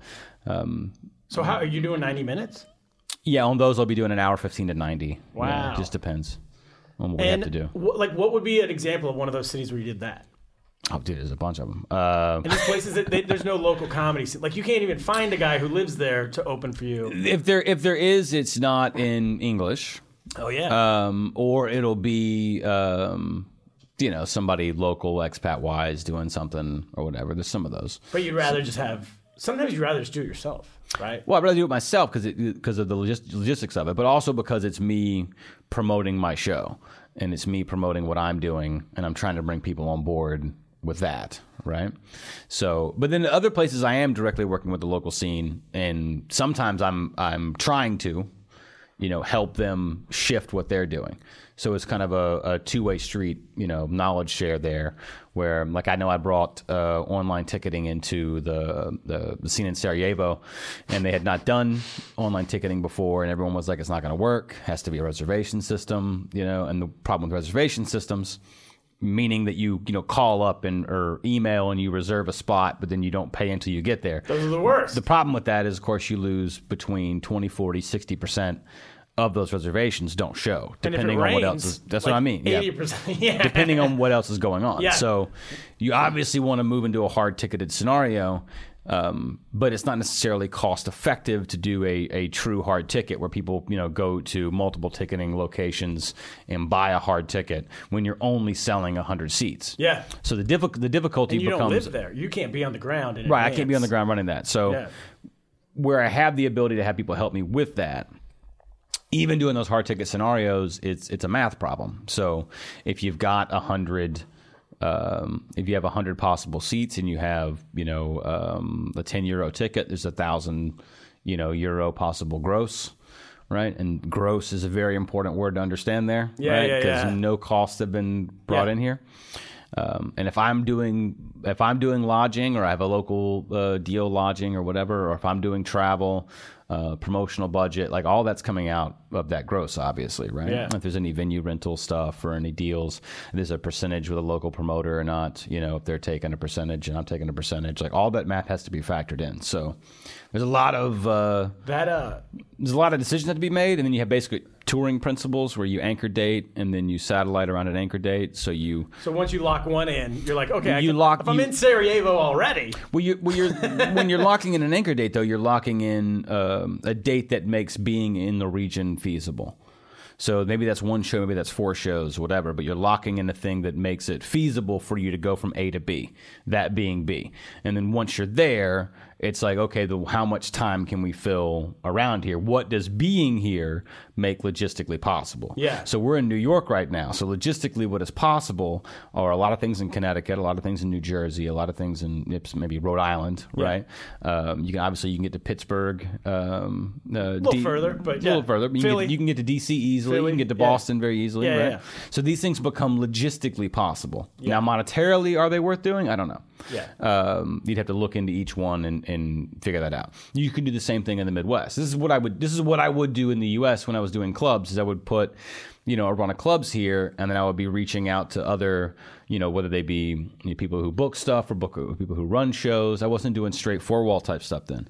[SPEAKER 3] um,
[SPEAKER 2] So how are you doing 90 minutes?
[SPEAKER 3] yeah on those i'll be doing an hour 15 to 90 You know,
[SPEAKER 2] Wow.
[SPEAKER 3] it just depends on what we have
[SPEAKER 2] and
[SPEAKER 3] to do
[SPEAKER 2] wh- like what would be an example of one of those cities where you did that?
[SPEAKER 3] oh dude there's a bunch of them uh,
[SPEAKER 2] And these places that they, there's no local comedy scene. Like you can't even find a guy who lives there to open for you.
[SPEAKER 3] if there if there is it's not in english
[SPEAKER 2] Oh yeah.
[SPEAKER 3] um, or it'll be um, you know somebody local expat wise doing something or whatever. There's some of those.
[SPEAKER 2] but you'd rather just have sometimes you'd rather just do it yourself, right?
[SPEAKER 3] Well, I'd rather do it myself because because of the logis- logistics of it, but also because it's me promoting my show and it's me promoting what I'm doing, and I'm trying to bring people on board with that, right? So, but then other places I am directly working with the local scene, and sometimes I'm I'm trying to, you know, help them shift what they're doing. So it's kind of a, a two way street, you know, knowledge share there. Where like I know I brought uh, online ticketing into the, the the scene in Sarajevo, and they had not done online ticketing before, and everyone was like, "It's not going to work. Has to be a reservation system," you know. And the problem with reservation systems meaning that you you know call up and or email and you reserve a spot but then you don't pay until you get there
[SPEAKER 2] Those are the worst.
[SPEAKER 3] the problem with that is of course you lose between 20 40 60% of those reservations don't show
[SPEAKER 2] And if it
[SPEAKER 3] depending on what
[SPEAKER 2] rains,
[SPEAKER 3] else is that's
[SPEAKER 2] like
[SPEAKER 3] what i mean yeah
[SPEAKER 2] 80%. Yeah.
[SPEAKER 3] depending on what else is going on
[SPEAKER 2] Yeah.
[SPEAKER 3] so you obviously want to move into a hard ticketed scenario um, but it's not necessarily cost effective to do a, a true hard ticket where people you know go to multiple ticketing locations and buy a hard ticket when you're only selling 100 seats
[SPEAKER 2] Yeah.
[SPEAKER 3] so the, diffi- the difficulty
[SPEAKER 2] And you
[SPEAKER 3] becomes
[SPEAKER 2] don't live there. You can't be on the ground. In
[SPEAKER 3] Right, I can't be on the ground running that. So
[SPEAKER 2] Yeah.
[SPEAKER 3] where I have the ability to have people help me with that, even doing those hard ticket scenarios, it's it's a math problem. So if you've got a hundred, um, if you have a hundred possible seats and you have you know um, a ten euro ticket, there's a thousand you know euro possible gross. Right, and gross is a very important word to understand there.
[SPEAKER 2] Yeah,
[SPEAKER 3] right?
[SPEAKER 2] yeah, yeah.
[SPEAKER 3] no costs have been brought
[SPEAKER 2] Yeah.
[SPEAKER 3] in here. Um, and if I'm doing if I'm doing lodging or I have a local uh, deal lodging or whatever, or if I'm doing travel, uh, promotional budget, like all that's coming out of that gross, obviously, right?
[SPEAKER 2] Yeah.
[SPEAKER 3] If there's any venue rental stuff or any deals, there's a percentage with a local promoter or not. You know, if they're taking a percentage and I'm taking a percentage, like all that math has to be factored in. So there's a lot of uh,
[SPEAKER 2] That uh,
[SPEAKER 3] there's a lot of decisions that have to be made, and then you have basically touring principles where you anchor date and then you satellite around an anchor date. So you
[SPEAKER 2] so once you lock one in, you're like, okay, I
[SPEAKER 3] You
[SPEAKER 2] can-
[SPEAKER 3] lock-
[SPEAKER 2] If I'm
[SPEAKER 3] you-
[SPEAKER 2] in Sarajevo already,
[SPEAKER 3] Well, you, well you're, when you're locking in an anchor date, though, you're locking in um, a date that makes being in the region feasible. So maybe that's one show, maybe that's four shows, whatever. But you're locking in a thing that makes it feasible for you to go from A to B, that being B. And then once you're there, it's like okay, the, how much time can we fill around here? What does being here make logistically possible?
[SPEAKER 2] Yeah.
[SPEAKER 3] So we're in New York right now. So logistically, what is possible are a lot of things in Connecticut, a lot of things in New Jersey, a lot of things in Ips- maybe Rhode Island, right? Um, you can obviously you can get to Pittsburgh, um, uh, a
[SPEAKER 2] little further, but
[SPEAKER 3] a little
[SPEAKER 2] yeah.
[SPEAKER 3] further. But you, can
[SPEAKER 2] Philly.
[SPEAKER 3] get, you can get to DC easily.
[SPEAKER 2] Philly,
[SPEAKER 3] you can get to
[SPEAKER 2] yeah.
[SPEAKER 3] Boston very easily,
[SPEAKER 2] Yeah, yeah,
[SPEAKER 3] right?
[SPEAKER 2] yeah.
[SPEAKER 3] So these things become logistically possible. Now, monetarily, are they worth doing? I don't know.
[SPEAKER 2] Yeah.
[SPEAKER 3] Um, you'd have to look into each one and, and figure that out. You could do the same thing in the Midwest. This is what I would. This is what I would do in the U.S. when I was doing clubs. Is I would put, you know, a run of clubs here, and then I would be reaching out to other, you know, whether they be you know, people who book stuff or book people who run shows. I wasn't doing straight four wall type stuff then,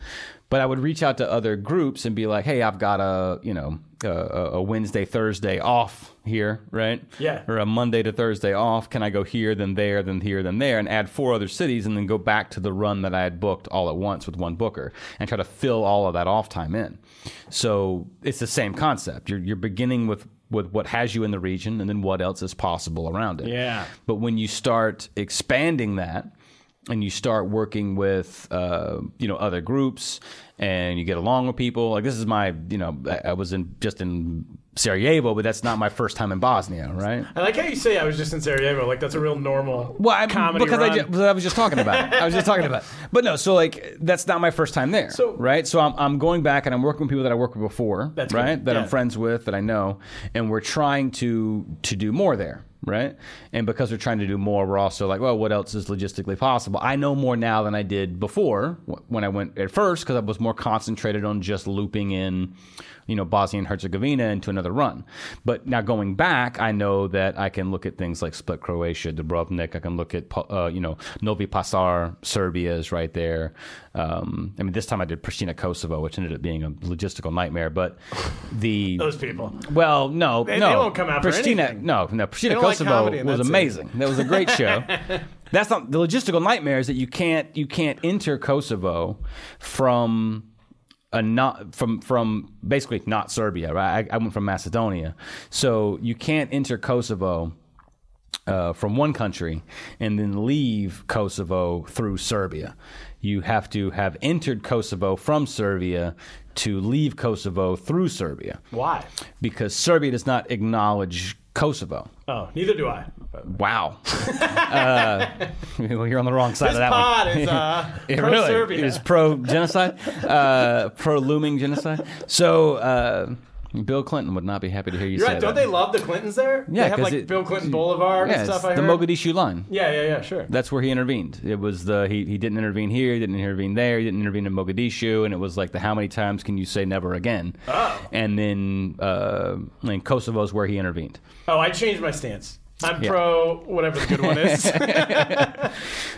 [SPEAKER 3] but I would reach out to other groups and be like, hey, I've got a, you know, a, a a Wednesday Thursday off here, right?
[SPEAKER 2] Yeah.
[SPEAKER 3] Or a Monday to Thursday off. Can I go here, then there, then here, then there, and add four other cities and then go back to the run that I had booked all at once with one booker and try to fill all of that off time in? So it's the same concept. You're, you're beginning with, with what has you in the region and then what else is possible around it.
[SPEAKER 2] Yeah.
[SPEAKER 3] But when you start expanding that, and you start working with uh, you know other groups, and you get along with people. Like this is my you know I, I was in just in Sarajevo, but that's not my first time in Bosnia, right?
[SPEAKER 2] I like how you say I was just in Sarajevo. Like that's a real normal
[SPEAKER 3] Well, I,
[SPEAKER 2] comedy
[SPEAKER 3] because
[SPEAKER 2] run.
[SPEAKER 3] I, ju- because I was just talking about it. I was just talking about it. But no, so like that's not my first time there,
[SPEAKER 2] So-
[SPEAKER 3] right? So I'm, I'm going back and I'm working with people that I worked with before,
[SPEAKER 2] That's good.
[SPEAKER 3] right? That
[SPEAKER 2] Yeah.
[SPEAKER 3] I'm friends with, that I know, and we're trying to to do more there, right? And because we're trying to do more, we're also like, well, what else is logistically possible? I know more now than I did before wh- when I went at first because I was more concentrated on just looping in, you know, Bosnia and Herzegovina into another run. But now going back, I know that I can look at things like Split Croatia, Dubrovnik. I can look at, Po- uh, you know, Novi Pasar, Serbia is right there. Um, I mean, this time I did Pristina, Kosovo, which ended up being a logistical nightmare. But the
[SPEAKER 2] those people.
[SPEAKER 3] well, no,
[SPEAKER 2] They-
[SPEAKER 3] no.
[SPEAKER 2] they won't come out for
[SPEAKER 3] Pristina,
[SPEAKER 2] anything.
[SPEAKER 3] no, no. Pristina
[SPEAKER 2] don't like
[SPEAKER 3] Kosovo
[SPEAKER 2] comedy, and
[SPEAKER 3] was
[SPEAKER 2] that's it.
[SPEAKER 3] amazing. That was a great show. that's not the logistical nightmare is that you can't you can't enter Kosovo from a not from from basically not Serbia. Right, I, I went from Macedonia, so you can't enter Kosovo uh, from one country and then leave Kosovo through Serbia. You have to have entered Kosovo from Serbia to leave Kosovo through Serbia
[SPEAKER 2] Why?
[SPEAKER 3] because Serbia does not acknowledge Kosovo.
[SPEAKER 2] Oh, neither do I.
[SPEAKER 3] Wow. uh, well, you're on the wrong side
[SPEAKER 2] This
[SPEAKER 3] of that one.
[SPEAKER 2] pod is uh,
[SPEAKER 3] It
[SPEAKER 2] pro
[SPEAKER 3] really
[SPEAKER 2] Serbia.
[SPEAKER 3] is pro genocide, uh, pro looming genocide. So uh, Bill Clinton would not be happy to hear you
[SPEAKER 2] You're
[SPEAKER 3] say
[SPEAKER 2] right. Don't
[SPEAKER 3] that.
[SPEAKER 2] they love the Clintons there?
[SPEAKER 3] Yeah,
[SPEAKER 2] they have
[SPEAKER 3] 'cause
[SPEAKER 2] like
[SPEAKER 3] it-
[SPEAKER 2] Bill Clinton Boulevard
[SPEAKER 3] yeah,
[SPEAKER 2] and
[SPEAKER 3] it's
[SPEAKER 2] stuff. I
[SPEAKER 3] the
[SPEAKER 2] heard.
[SPEAKER 3] Mogadishu line.
[SPEAKER 2] yeah, yeah, yeah, sure.
[SPEAKER 3] That's where he intervened. It was the he, he didn't intervene here, he didn't intervene there, he didn't intervene in Mogadishu, and it was like the how many times can you say never again? Oh. And then uh, and Kosovo's where he intervened.
[SPEAKER 2] Oh, I changed my stance. I'm
[SPEAKER 3] Yeah.
[SPEAKER 2] pro whatever the good one is. I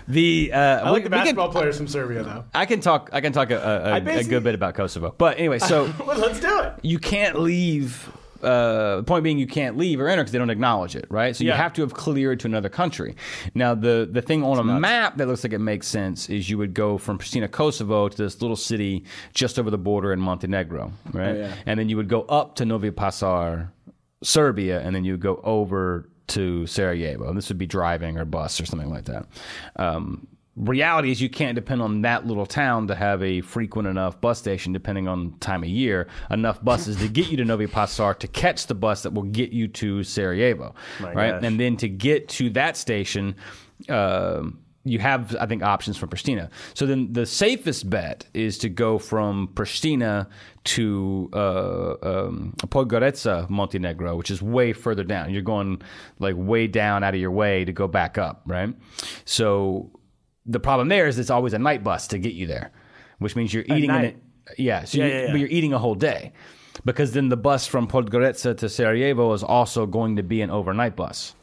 [SPEAKER 3] The uh, I
[SPEAKER 2] like the basketball players from Serbia though.
[SPEAKER 3] I can talk. I can talk a, a, a, a
[SPEAKER 2] basically-
[SPEAKER 3] good bit about Kosovo. But anyway, so
[SPEAKER 2] Well, let's do it.
[SPEAKER 3] you can't leave. Uh, the point being, you can't leave or enter because they don't acknowledge it, right? So
[SPEAKER 2] Yeah.
[SPEAKER 3] you have to have cleared to another country. Now, the the thing on a map that looks like it makes sense is you would go from Pristina, Kosovo, to this little city just over the border in Montenegro,
[SPEAKER 2] Oh,
[SPEAKER 3] right? And then you would go up to Novi Pasar, Serbia, and then you would go over to Sarajevo. And this would be driving or bus or something like that. Um, reality is you can't depend on that little town to have a frequent enough bus station depending on time of year enough buses to get you to Novi Pasar to catch the bus that will get you to Sarajevo right
[SPEAKER 2] gosh.
[SPEAKER 3] and then to get to that station um you have I think options from Pristina so then the safest bet is to go from Pristina to uh, um, Podgorica Montenegro which is way further down you're going like way down out of your way to go back up right so the problem there is it's always a night bus to get you there, which means you're eating in
[SPEAKER 2] night.
[SPEAKER 3] it. yeah, so
[SPEAKER 2] Yeah,
[SPEAKER 3] you,
[SPEAKER 2] yeah, yeah.
[SPEAKER 3] but you're eating a whole day because then the bus from Podgorica to Sarajevo is also going to be an overnight bus.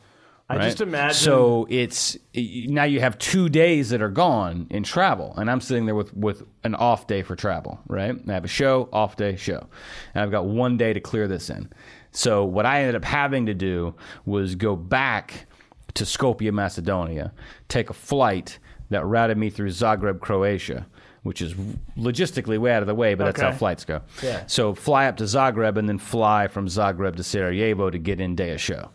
[SPEAKER 2] I
[SPEAKER 3] right?
[SPEAKER 2] just imagine.
[SPEAKER 3] So it's now you have two days that are gone in travel, and I'm sitting there with with an off day for travel. Right, And I have a show, off day, show, and I've got one day to clear this in. So what I ended up having to do was go back to Skopje, Macedonia, take a flight that routed me through Zagreb, Croatia. Which is logistically way out of the way, but that's
[SPEAKER 2] Okay.
[SPEAKER 3] how flights go.
[SPEAKER 2] Yeah.
[SPEAKER 3] So fly up to Zagreb and then fly from Zagreb to Sarajevo to get in day of show.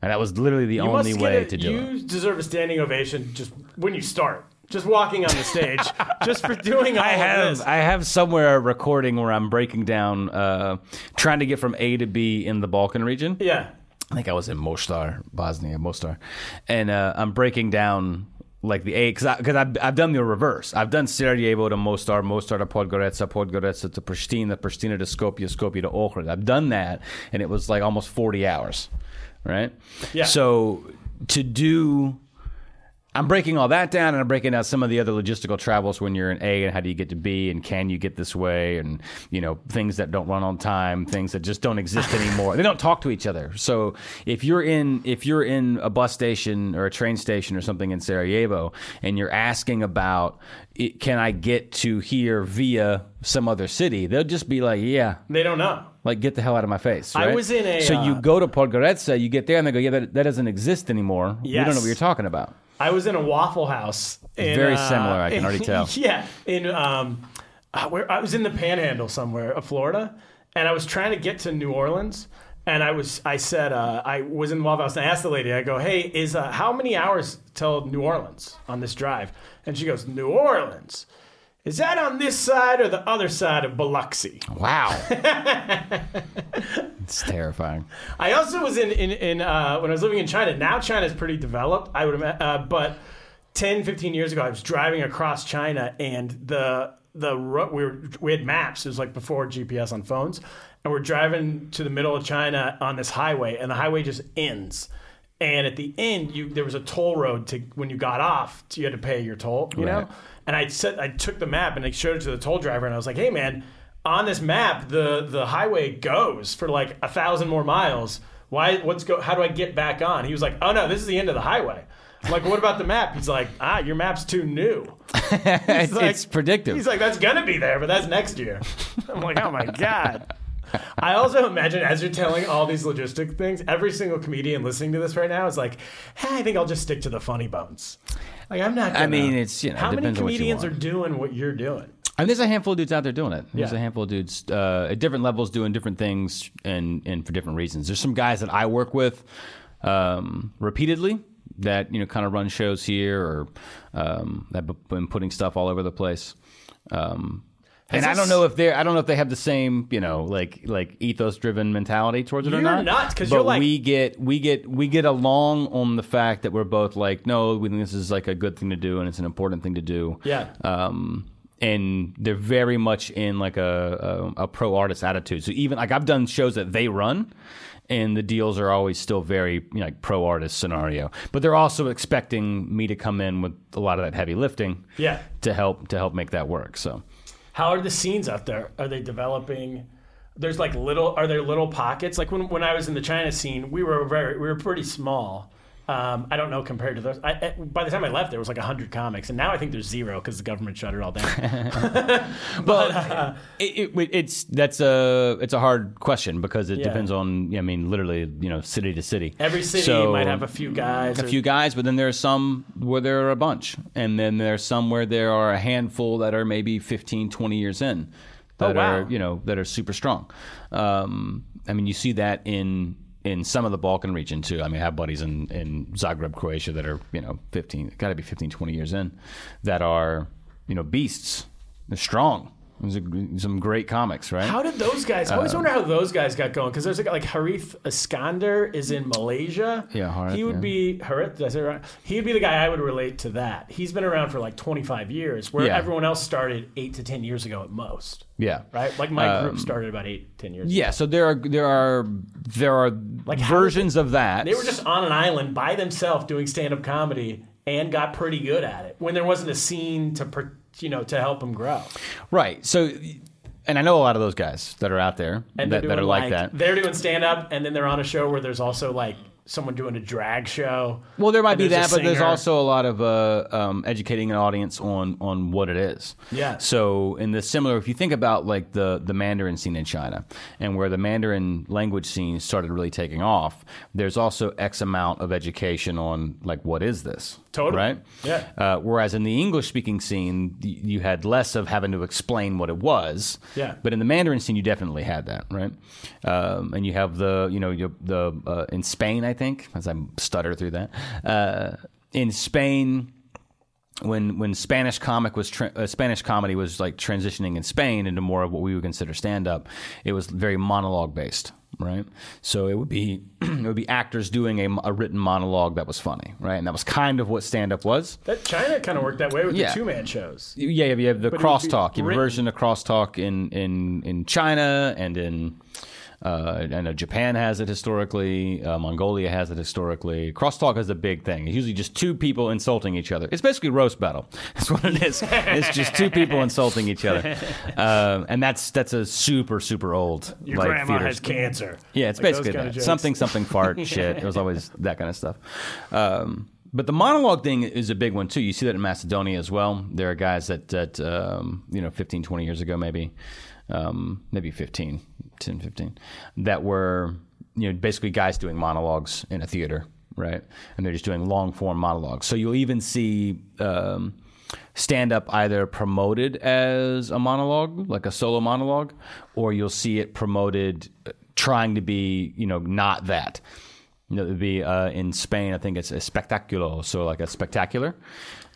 [SPEAKER 3] And that was literally the
[SPEAKER 2] You
[SPEAKER 3] only
[SPEAKER 2] must get
[SPEAKER 3] way
[SPEAKER 2] a-
[SPEAKER 3] to do
[SPEAKER 2] you
[SPEAKER 3] it.
[SPEAKER 2] deserve a standing ovation just when you start. Just walking on the stage, just for doing all
[SPEAKER 3] I
[SPEAKER 2] of
[SPEAKER 3] have
[SPEAKER 2] this.
[SPEAKER 3] I have somewhere a recording where I'm breaking down, uh, trying to get from A to B in the Balkan region.
[SPEAKER 2] yeah.
[SPEAKER 3] I think I was in Mostar, Bosnia, Mostar, and uh, I'm breaking down like the A because because I've, I've done the reverse. I've done Sarajevo to Mostar, Mostar to Podgorica, Podgorica to Pristina, Pristina to Skopje, Skopje to Ohrid. I've done that, and it was like almost 40 hours, right?
[SPEAKER 2] Yeah.
[SPEAKER 3] So to do I'm breaking all that down and I'm breaking down some of the other logistical travels when you're in A and how do you get to B and can you get this way and you know things that don't run on time, things that just don't exist anymore. they don't talk to each other. So if you're in if you're in a bus station or a train station or something in Sarajevo and you're asking about it, can I get to here via some other city, they'll just be like, yeah,
[SPEAKER 2] They don't know.
[SPEAKER 3] like get the hell out of my face.
[SPEAKER 2] I
[SPEAKER 3] right?
[SPEAKER 2] was in a,
[SPEAKER 3] So you
[SPEAKER 2] uh,
[SPEAKER 3] go to Podgorica, you get there and they go, yeah, that, that doesn't exist anymore. We don't know
[SPEAKER 2] Yes.
[SPEAKER 3] what you're talking about.
[SPEAKER 2] I was in a Waffle House. in, uh,
[SPEAKER 3] very similar, I can already tell.
[SPEAKER 2] Yeah, in um, uh, where I was in the Panhandle somewhere of Florida, and I was trying to get to New Orleans, and I was I said uh, I was in the Waffle House, and I asked the lady, I go, "Hey, is uh, how many hours till New Orleans on this drive?" And she goes, "New Orleans." Is that on this side or the other side of Biloxi?
[SPEAKER 3] Wow. it's terrifying.
[SPEAKER 2] I also was in in, in uh, when I was living in China. Now China's pretty developed. I would ima- uh, but 10, 15 years ago, I was driving across China, and the the ro- we were we had maps. It was like before GPS on phones, and we're driving to the middle of China on this highway, and the highway just ends. And at the end, you there was a toll road to when you got off, you had to pay your toll, you know.
[SPEAKER 3] Right.
[SPEAKER 2] And I said I took the map and I showed it to the toll driver, and I was like, "Hey, man, on this map, the the highway goes for like a thousand more miles. Why? What's go? How do I get back on?" He was like, "Oh no, this is the end of the highway." I'm like, "What about the map?" He's like, "Ah, your map's too new."
[SPEAKER 3] It's,
[SPEAKER 2] He's like-
[SPEAKER 3] it's predictive.
[SPEAKER 2] He's like, "That's gonna be there, but that's next year." I'm like, "Oh my god." I also imagine as you're telling all these logistic things, every single comedian listening to this right now is like, hey, I think I'll just stick to the funny bones. Like I'm not. Gonna,
[SPEAKER 3] I mean, it's, you know,
[SPEAKER 2] how many
[SPEAKER 3] depends on what you
[SPEAKER 2] comedians
[SPEAKER 3] want.
[SPEAKER 2] are doing what you're doing?
[SPEAKER 3] and there's a handful of dudes out there doing it. There's
[SPEAKER 2] Yeah.
[SPEAKER 3] a handful of dudes uh, at different levels doing different things and, and for different reasons. There's some guys that I work with um, repeatedly that, you know, kind of run shows here or um, that have been putting stuff all over the place. Um, and I
[SPEAKER 2] this-
[SPEAKER 3] don't know if they're I don't know if they have the same you know like like ethos driven mentality towards it or
[SPEAKER 2] You're
[SPEAKER 3] not.
[SPEAKER 2] nuts, 'cause
[SPEAKER 3] but
[SPEAKER 2] you're like-
[SPEAKER 3] we get we get we get along on the fact that we're both like no we think this is like a good thing to do and it's an important thing to do.
[SPEAKER 2] Yeah.
[SPEAKER 3] Um, and they're very much in like a, a a pro artist attitude. So even like I've done shows that they run, and the deals are always still very you know, like pro artist scenario. But they're also expecting me to come in with a lot of that heavy lifting.
[SPEAKER 2] Yeah.
[SPEAKER 3] To help to help make that work. So.
[SPEAKER 2] How are the scenes out there? Are they developing? There's like little. Are there little pockets? Like when when I was in the China scene, we were very we were pretty small. Um, I don't know compared to those. I, I- by the time I left, there was like hundred comics, and now I think there's zero because the government shut it all down.
[SPEAKER 3] But it, it, it's that's a it's a hard question because it
[SPEAKER 2] Yeah.
[SPEAKER 3] depends on I mean literally you know city to city.
[SPEAKER 2] Every city
[SPEAKER 3] So,
[SPEAKER 2] might have a few guys.
[SPEAKER 3] a
[SPEAKER 2] or-
[SPEAKER 3] few guys, but then there are some where there are a bunch, and then there are some where there are a handful that are maybe 15, 20 years in that
[SPEAKER 2] Oh, wow.
[SPEAKER 3] are you know that are super strong. Um, I mean, you see that in in some of the Balkan region too. I mean, I have buddies in in Zagreb, Croatia that are you know 15, got to be 15, 20 years in, that are you know beasts. They're strong. There's a, some great comics, right?
[SPEAKER 2] How did those guys? I always wonder how those guys got going because there's a guy like Harith Iskander is in Malaysia.
[SPEAKER 3] Yeah, Harith,
[SPEAKER 2] he would
[SPEAKER 3] yeah.
[SPEAKER 2] be Harith. Did I say it right? He'd be the guy I would relate to that. He's been around for like 25 years, where
[SPEAKER 3] Yeah.
[SPEAKER 2] everyone else started eight to 10 years ago at most.
[SPEAKER 3] yeah, Uh, Um,
[SPEAKER 2] Right, like my group started about eight, ten years. ago.
[SPEAKER 3] Yeah, so there are there are there are
[SPEAKER 2] how did
[SPEAKER 3] versions of that.
[SPEAKER 2] They were just on an island by themselves doing stand-up comedy and got pretty good at it when there wasn't a scene to, per- you know, to help them grow.
[SPEAKER 3] Right. So and I know a lot of those guys that are out there
[SPEAKER 2] And
[SPEAKER 3] that,
[SPEAKER 2] they're
[SPEAKER 3] that are
[SPEAKER 2] doing,
[SPEAKER 3] like, that.
[SPEAKER 2] They're doing stand up, and then they're on a show where there's also like someone doing a drag show.
[SPEAKER 3] Well, there might
[SPEAKER 2] and
[SPEAKER 3] be
[SPEAKER 2] there's a
[SPEAKER 3] that, but there's
[SPEAKER 2] singer.
[SPEAKER 3] also a lot of uh, um, educating an audience on on what it is.
[SPEAKER 2] Yeah.
[SPEAKER 3] So in the similar, if you think about like the the Mandarin scene in China and where the Mandarin language scene started really taking off, there's also X amount of education on like what is this?
[SPEAKER 2] Totally.
[SPEAKER 3] Right.
[SPEAKER 2] Yeah.
[SPEAKER 3] Uh, whereas in the English speaking scene, y- you had less of having to explain what it was.
[SPEAKER 2] Yeah.
[SPEAKER 3] But in the Mandarin scene, you definitely had that, right? Um, and you have the, you know, your, the uh, in Spain, I think, as I stutter through that, uh, in Spain. When when Spanish comic was tra- uh, Spanish comedy was like transitioning in Spain into more of what we would consider stand up, it was very monologue based, right? So it would be it would be actors doing a, a written monologue that was funny, right? And that was kind of what stand up was.
[SPEAKER 2] That China kind of worked that way with
[SPEAKER 3] Yeah.
[SPEAKER 2] the two man shows.
[SPEAKER 3] Yeah, yeah, yeah. The
[SPEAKER 2] it would be
[SPEAKER 3] crosstalk, you have a
[SPEAKER 2] written.
[SPEAKER 3] version of crosstalk in in in China and in. Uh, I know Japan has it historically. Uh, Mongolia has it historically. Crosstalk is a big thing. It's usually just two people insulting each other. It's basically roast battle. That's what it is. it's just two people insulting each other, uh, and that's that's a super super old
[SPEAKER 2] Your
[SPEAKER 3] like
[SPEAKER 2] grandma
[SPEAKER 3] theater
[SPEAKER 2] has cancer.
[SPEAKER 3] yeah, it's
[SPEAKER 2] Like those
[SPEAKER 3] basically
[SPEAKER 2] kinda
[SPEAKER 3] that.
[SPEAKER 2] jokes.
[SPEAKER 3] something, something, fart, shit. It was always that kind of stuff. Um, but the monologue thing is a big one too. You see that in Macedonia as well. There are guys that that um, you know, 15, 20 years ago, maybe, um, maybe 15, 10, 15, that were you know basically guys doing monologues in a theater, right? And they're just doing long form monologues. So you'll even see. Um, stand up either promoted as a monologue, like a solo monologue, or you'll see it promoted uh, trying to be, you know, not that. You know, it would be uh, in Spain. I think it's a spectaculo, so like a spectacular,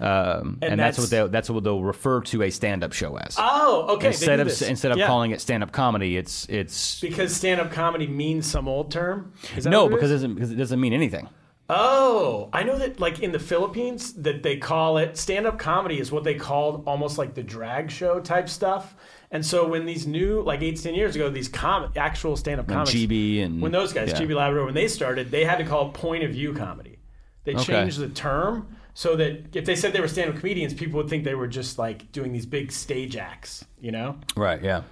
[SPEAKER 3] um, and, that's,
[SPEAKER 2] that's-
[SPEAKER 3] what they that's what they'll refer to a stand-up show as.
[SPEAKER 2] Oh, okay. they
[SPEAKER 3] instead
[SPEAKER 2] do
[SPEAKER 3] of
[SPEAKER 2] this.
[SPEAKER 3] instead of
[SPEAKER 2] Yeah.
[SPEAKER 3] calling it stand-up comedy, it's it's
[SPEAKER 2] because stand up comedy means some old term. Is that
[SPEAKER 3] no
[SPEAKER 2] what it is?
[SPEAKER 3] because it doesn't because it doesn't mean anything.
[SPEAKER 2] Oh, I know that like in the Philippines that they call it stand-up comedy is what they called almost like the drag show type stuff. And so when these new like 8 to 10 years ago these com- actual stand-up comics
[SPEAKER 3] GB and-
[SPEAKER 2] when those guys
[SPEAKER 3] yeah.
[SPEAKER 2] GB Labrador when they started, they had to call it point of view comedy. They
[SPEAKER 3] Okay.
[SPEAKER 2] changed the term so that if they said they were stand-up comedians, people would think they were just like doing these big stage acts, you know?
[SPEAKER 3] Right. Yeah.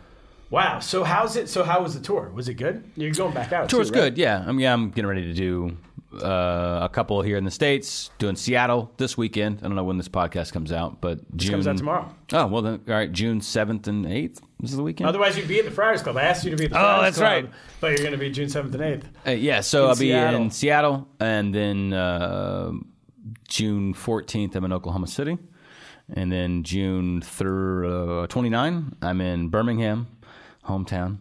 [SPEAKER 2] Wow. So how's it so how was the tour? Was it good? You're going back out.
[SPEAKER 3] Tour's
[SPEAKER 2] too, right?
[SPEAKER 3] good, yeah. I mean, yeah, I'm getting ready to do uh, a couple here in the states. Doing Seattle this weekend. I don't know when this podcast comes out, but June
[SPEAKER 2] comes out tomorrow.
[SPEAKER 3] Oh well, then all right, June seventh and eighth. This is the weekend.
[SPEAKER 2] Otherwise, you'd be at the Friars Club. I asked you to be at the
[SPEAKER 3] Oh,
[SPEAKER 2] Friars
[SPEAKER 3] that's
[SPEAKER 2] Club,
[SPEAKER 3] right.
[SPEAKER 2] But you're going to be June 7th and 8th.
[SPEAKER 3] Uh, yeah, so I'll be
[SPEAKER 2] Seattle.
[SPEAKER 3] in Seattle, and then uh, June fourteenth, I'm in Oklahoma City, and then June thir- uh, 29, I'm in Birmingham, hometown,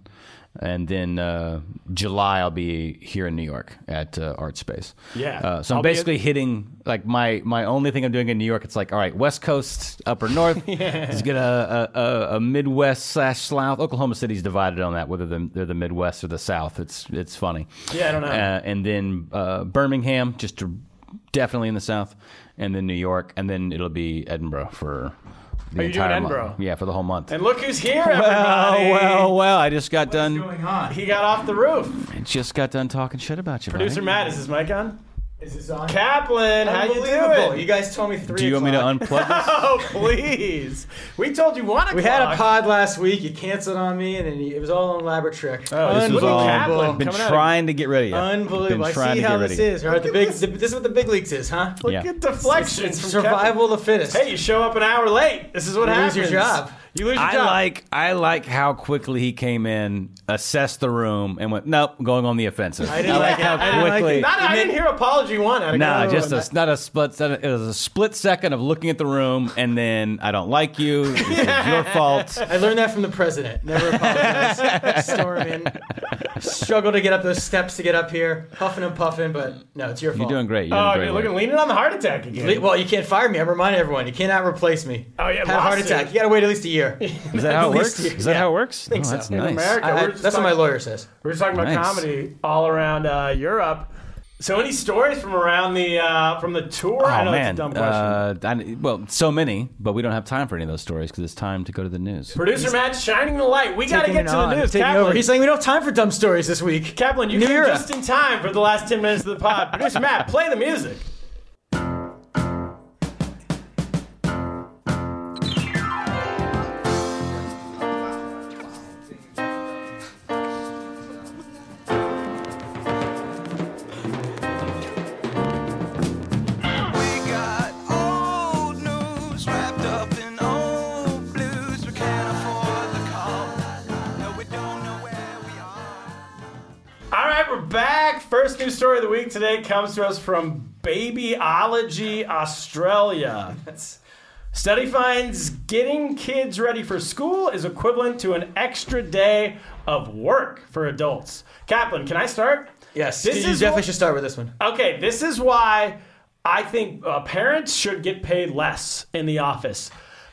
[SPEAKER 3] and then uh, July I'll be here in New York at uh, Art Space.
[SPEAKER 2] Yeah.
[SPEAKER 3] uh, so I'm
[SPEAKER 2] I'll be at-
[SPEAKER 3] basically hitting like my my only thing I'm doing in New York. It's like all right, West Coast, Upper North. Let's get a, a, a, a Midwest slash South. Oklahoma City's divided on that whether they're, they're the Midwest or the South. It's it's funny.
[SPEAKER 2] Yeah, I don't know.
[SPEAKER 3] Uh, and then uh, Birmingham, just to, definitely in the South, and then New York, and then it'll be Edinburgh for. The
[SPEAKER 2] Are you doing
[SPEAKER 3] entire
[SPEAKER 2] Edinburgh?
[SPEAKER 3] Month. Yeah, for the whole month.
[SPEAKER 2] And look who's here,
[SPEAKER 3] well,
[SPEAKER 2] everybody.
[SPEAKER 3] well, well! I just got done.
[SPEAKER 6] going on?
[SPEAKER 2] He got off the roof.
[SPEAKER 3] I just got done talking shit about you, buddy.
[SPEAKER 2] Producer Matt, is his mic on?
[SPEAKER 6] Is this on?
[SPEAKER 2] Kaplan, how you
[SPEAKER 6] Unbelievable.
[SPEAKER 2] doing?
[SPEAKER 6] You guys told me three.
[SPEAKER 3] Do you want me to
[SPEAKER 6] o'clock.
[SPEAKER 3] unplug this?
[SPEAKER 2] Oh, please. We told you 1 o'clock.
[SPEAKER 6] We had a pod last week. You canceled on me, and then you, it was all an elaborate trick.
[SPEAKER 2] Oh, this
[SPEAKER 3] This
[SPEAKER 2] is
[SPEAKER 3] was all-
[SPEAKER 2] Kaplan
[SPEAKER 3] been
[SPEAKER 2] coming out.
[SPEAKER 3] trying to get rid of you.
[SPEAKER 6] Unbelievable.
[SPEAKER 3] Been
[SPEAKER 6] I
[SPEAKER 3] trying
[SPEAKER 6] see
[SPEAKER 3] to
[SPEAKER 6] how
[SPEAKER 3] get
[SPEAKER 6] this
[SPEAKER 3] rid of you.
[SPEAKER 6] is. Right? The big, the, this is what the big leagues is, huh?
[SPEAKER 2] Look
[SPEAKER 3] Yeah.
[SPEAKER 2] at deflections
[SPEAKER 6] It's
[SPEAKER 2] from Kaplan.
[SPEAKER 6] survival of the fittest.
[SPEAKER 2] Hey, you show up an hour late. This is what
[SPEAKER 6] You
[SPEAKER 2] happens.
[SPEAKER 6] lose your job.
[SPEAKER 2] You lose your
[SPEAKER 3] I
[SPEAKER 2] job.
[SPEAKER 3] like I like how quickly he came in, assessed the room, and went, "Nope, going on the offensive." I,
[SPEAKER 6] didn't
[SPEAKER 3] like
[SPEAKER 6] like it.
[SPEAKER 3] how
[SPEAKER 6] I didn't like
[SPEAKER 3] quickly.
[SPEAKER 6] it.
[SPEAKER 2] Not, I didn't hear apology one. out of
[SPEAKER 3] Nah,
[SPEAKER 2] Kaplan.
[SPEAKER 3] just a, not a split. Second, it was a split second of looking at the room, and then I don't like you. This is your fault.
[SPEAKER 6] I learned that from the president. Never apologize. Storm in. Struggle to get up those steps to get up here. Huffing and puffing, but no, it's your
[SPEAKER 3] You're
[SPEAKER 6] fault.
[SPEAKER 3] doing great. You're doing
[SPEAKER 2] Oh,
[SPEAKER 3] great.
[SPEAKER 2] you're looking
[SPEAKER 3] Larry.
[SPEAKER 2] leaning on the heart attack again.
[SPEAKER 6] Le- Well, you can't fire me. I'm reminding everyone you cannot replace me.
[SPEAKER 2] Oh, yeah,
[SPEAKER 6] had a heart
[SPEAKER 2] lawsuit.
[SPEAKER 6] attack. You got to wait at least a year.
[SPEAKER 3] Is that how it
[SPEAKER 6] At least
[SPEAKER 3] works?
[SPEAKER 6] you-
[SPEAKER 3] Is that how it works?
[SPEAKER 6] think
[SPEAKER 3] oh,
[SPEAKER 6] so.
[SPEAKER 3] that's
[SPEAKER 6] In
[SPEAKER 3] nice.
[SPEAKER 2] America,
[SPEAKER 6] I- I-
[SPEAKER 2] we're just
[SPEAKER 6] that's what my
[SPEAKER 2] talking-
[SPEAKER 6] lawyer says.
[SPEAKER 2] We We're just talking about
[SPEAKER 3] Nice.
[SPEAKER 2] comedy all around uh, Europe. So, any stories from around the uh, from the tour? I know
[SPEAKER 3] oh man.
[SPEAKER 2] it's a dumb question.
[SPEAKER 3] Uh, I- well, so many, but we don't have time for any of those stories because it's time to go to the news.
[SPEAKER 2] Producer Matt shining the light. We got
[SPEAKER 6] Taking
[SPEAKER 2] to get
[SPEAKER 6] it
[SPEAKER 2] to the
[SPEAKER 6] on,
[SPEAKER 2] news.
[SPEAKER 6] taking over.
[SPEAKER 2] Kaplan,
[SPEAKER 6] He's saying we don't have time for dumb stories this week.
[SPEAKER 2] Kaplan, you
[SPEAKER 6] New
[SPEAKER 2] came
[SPEAKER 6] era.
[SPEAKER 2] just in time for the last ten minutes of the pod. Producer Matt, play the music. back. First news story of the week today comes to us from Babyology Australia. Study finds getting kids ready for school is equivalent to an extra day of work for adults. Kaplan, can I start?
[SPEAKER 6] Yes,
[SPEAKER 2] This
[SPEAKER 6] you
[SPEAKER 2] is
[SPEAKER 6] definitely
[SPEAKER 2] wh-
[SPEAKER 6] should start with this one.
[SPEAKER 2] Okay, this is why I think uh, parents should get paid less in the office.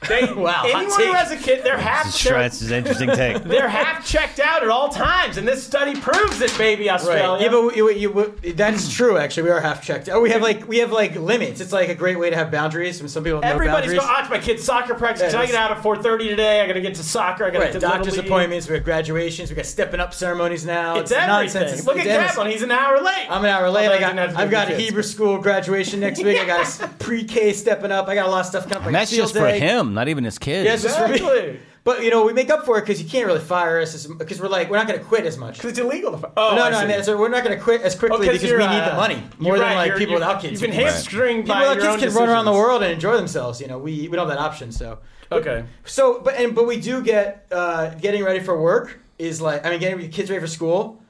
[SPEAKER 2] They,
[SPEAKER 6] Wow, hot
[SPEAKER 2] anyone who
[SPEAKER 6] take.
[SPEAKER 2] has a kid, they're half
[SPEAKER 3] It's
[SPEAKER 2] they're-
[SPEAKER 3] an interesting take.
[SPEAKER 2] they're half checked out at all times, and this study proves it, baby Australia.
[SPEAKER 6] Right. Yeah, but you, you, you, that's true. Actually, we are half checked. Oh, we have like we have like limits. It's like a great way to have boundaries. And some people have
[SPEAKER 2] Everybody's
[SPEAKER 6] no
[SPEAKER 2] going,
[SPEAKER 6] boundaries.
[SPEAKER 2] oh, it's my kid's soccer practice.
[SPEAKER 6] Yeah,
[SPEAKER 2] I get
[SPEAKER 6] that's-
[SPEAKER 2] out at 4.30 today. I got to get to soccer. I got
[SPEAKER 6] Right,
[SPEAKER 2] to
[SPEAKER 6] doctor's
[SPEAKER 2] Little League."
[SPEAKER 6] appointments. We got graduations. We got stepping up ceremonies now.
[SPEAKER 2] It's, everything.
[SPEAKER 6] nonsense. It's-
[SPEAKER 2] Look
[SPEAKER 6] it's
[SPEAKER 2] at
[SPEAKER 6] endless.
[SPEAKER 2] Kaplan. He's an hour late.
[SPEAKER 6] I'm an hour late.
[SPEAKER 2] Although
[SPEAKER 6] I
[SPEAKER 2] he
[SPEAKER 6] got
[SPEAKER 2] didn't have to do
[SPEAKER 6] I've got
[SPEAKER 2] the
[SPEAKER 6] a
[SPEAKER 2] kids.
[SPEAKER 6] Hebrew school graduation next week. I got a s- pre-K stepping up. I got a lot of stuff coming. up. I
[SPEAKER 3] And
[SPEAKER 6] got
[SPEAKER 3] that's
[SPEAKER 6] field
[SPEAKER 3] just for
[SPEAKER 6] day.
[SPEAKER 3] him, not even his kids.
[SPEAKER 6] Yeah, it's just for me.
[SPEAKER 2] Exactly.
[SPEAKER 6] But you know, we make up for it because you can't really fire us because we're like we're not going to quit as much.
[SPEAKER 2] It's illegal to fi- Oh,
[SPEAKER 6] no,
[SPEAKER 2] I
[SPEAKER 6] no,
[SPEAKER 2] see.
[SPEAKER 6] I mean, so we're not going to quit as quickly
[SPEAKER 2] Oh,
[SPEAKER 6] because
[SPEAKER 2] you're,
[SPEAKER 6] we need
[SPEAKER 2] uh,
[SPEAKER 6] the money more
[SPEAKER 2] you're
[SPEAKER 6] than
[SPEAKER 2] right,
[SPEAKER 6] like
[SPEAKER 2] you're-
[SPEAKER 6] people
[SPEAKER 2] you're-
[SPEAKER 6] without kids.
[SPEAKER 2] You've been
[SPEAKER 6] would.
[SPEAKER 2] hamstringed
[SPEAKER 6] People
[SPEAKER 2] by
[SPEAKER 6] without
[SPEAKER 2] your
[SPEAKER 6] kids
[SPEAKER 2] own
[SPEAKER 6] can run around the
[SPEAKER 2] decisions.
[SPEAKER 6] world and enjoy themselves. You know, we we don't have that option. So
[SPEAKER 2] Okay.
[SPEAKER 6] so but and but we do get uh, getting ready for work is like I mean getting kids ready for school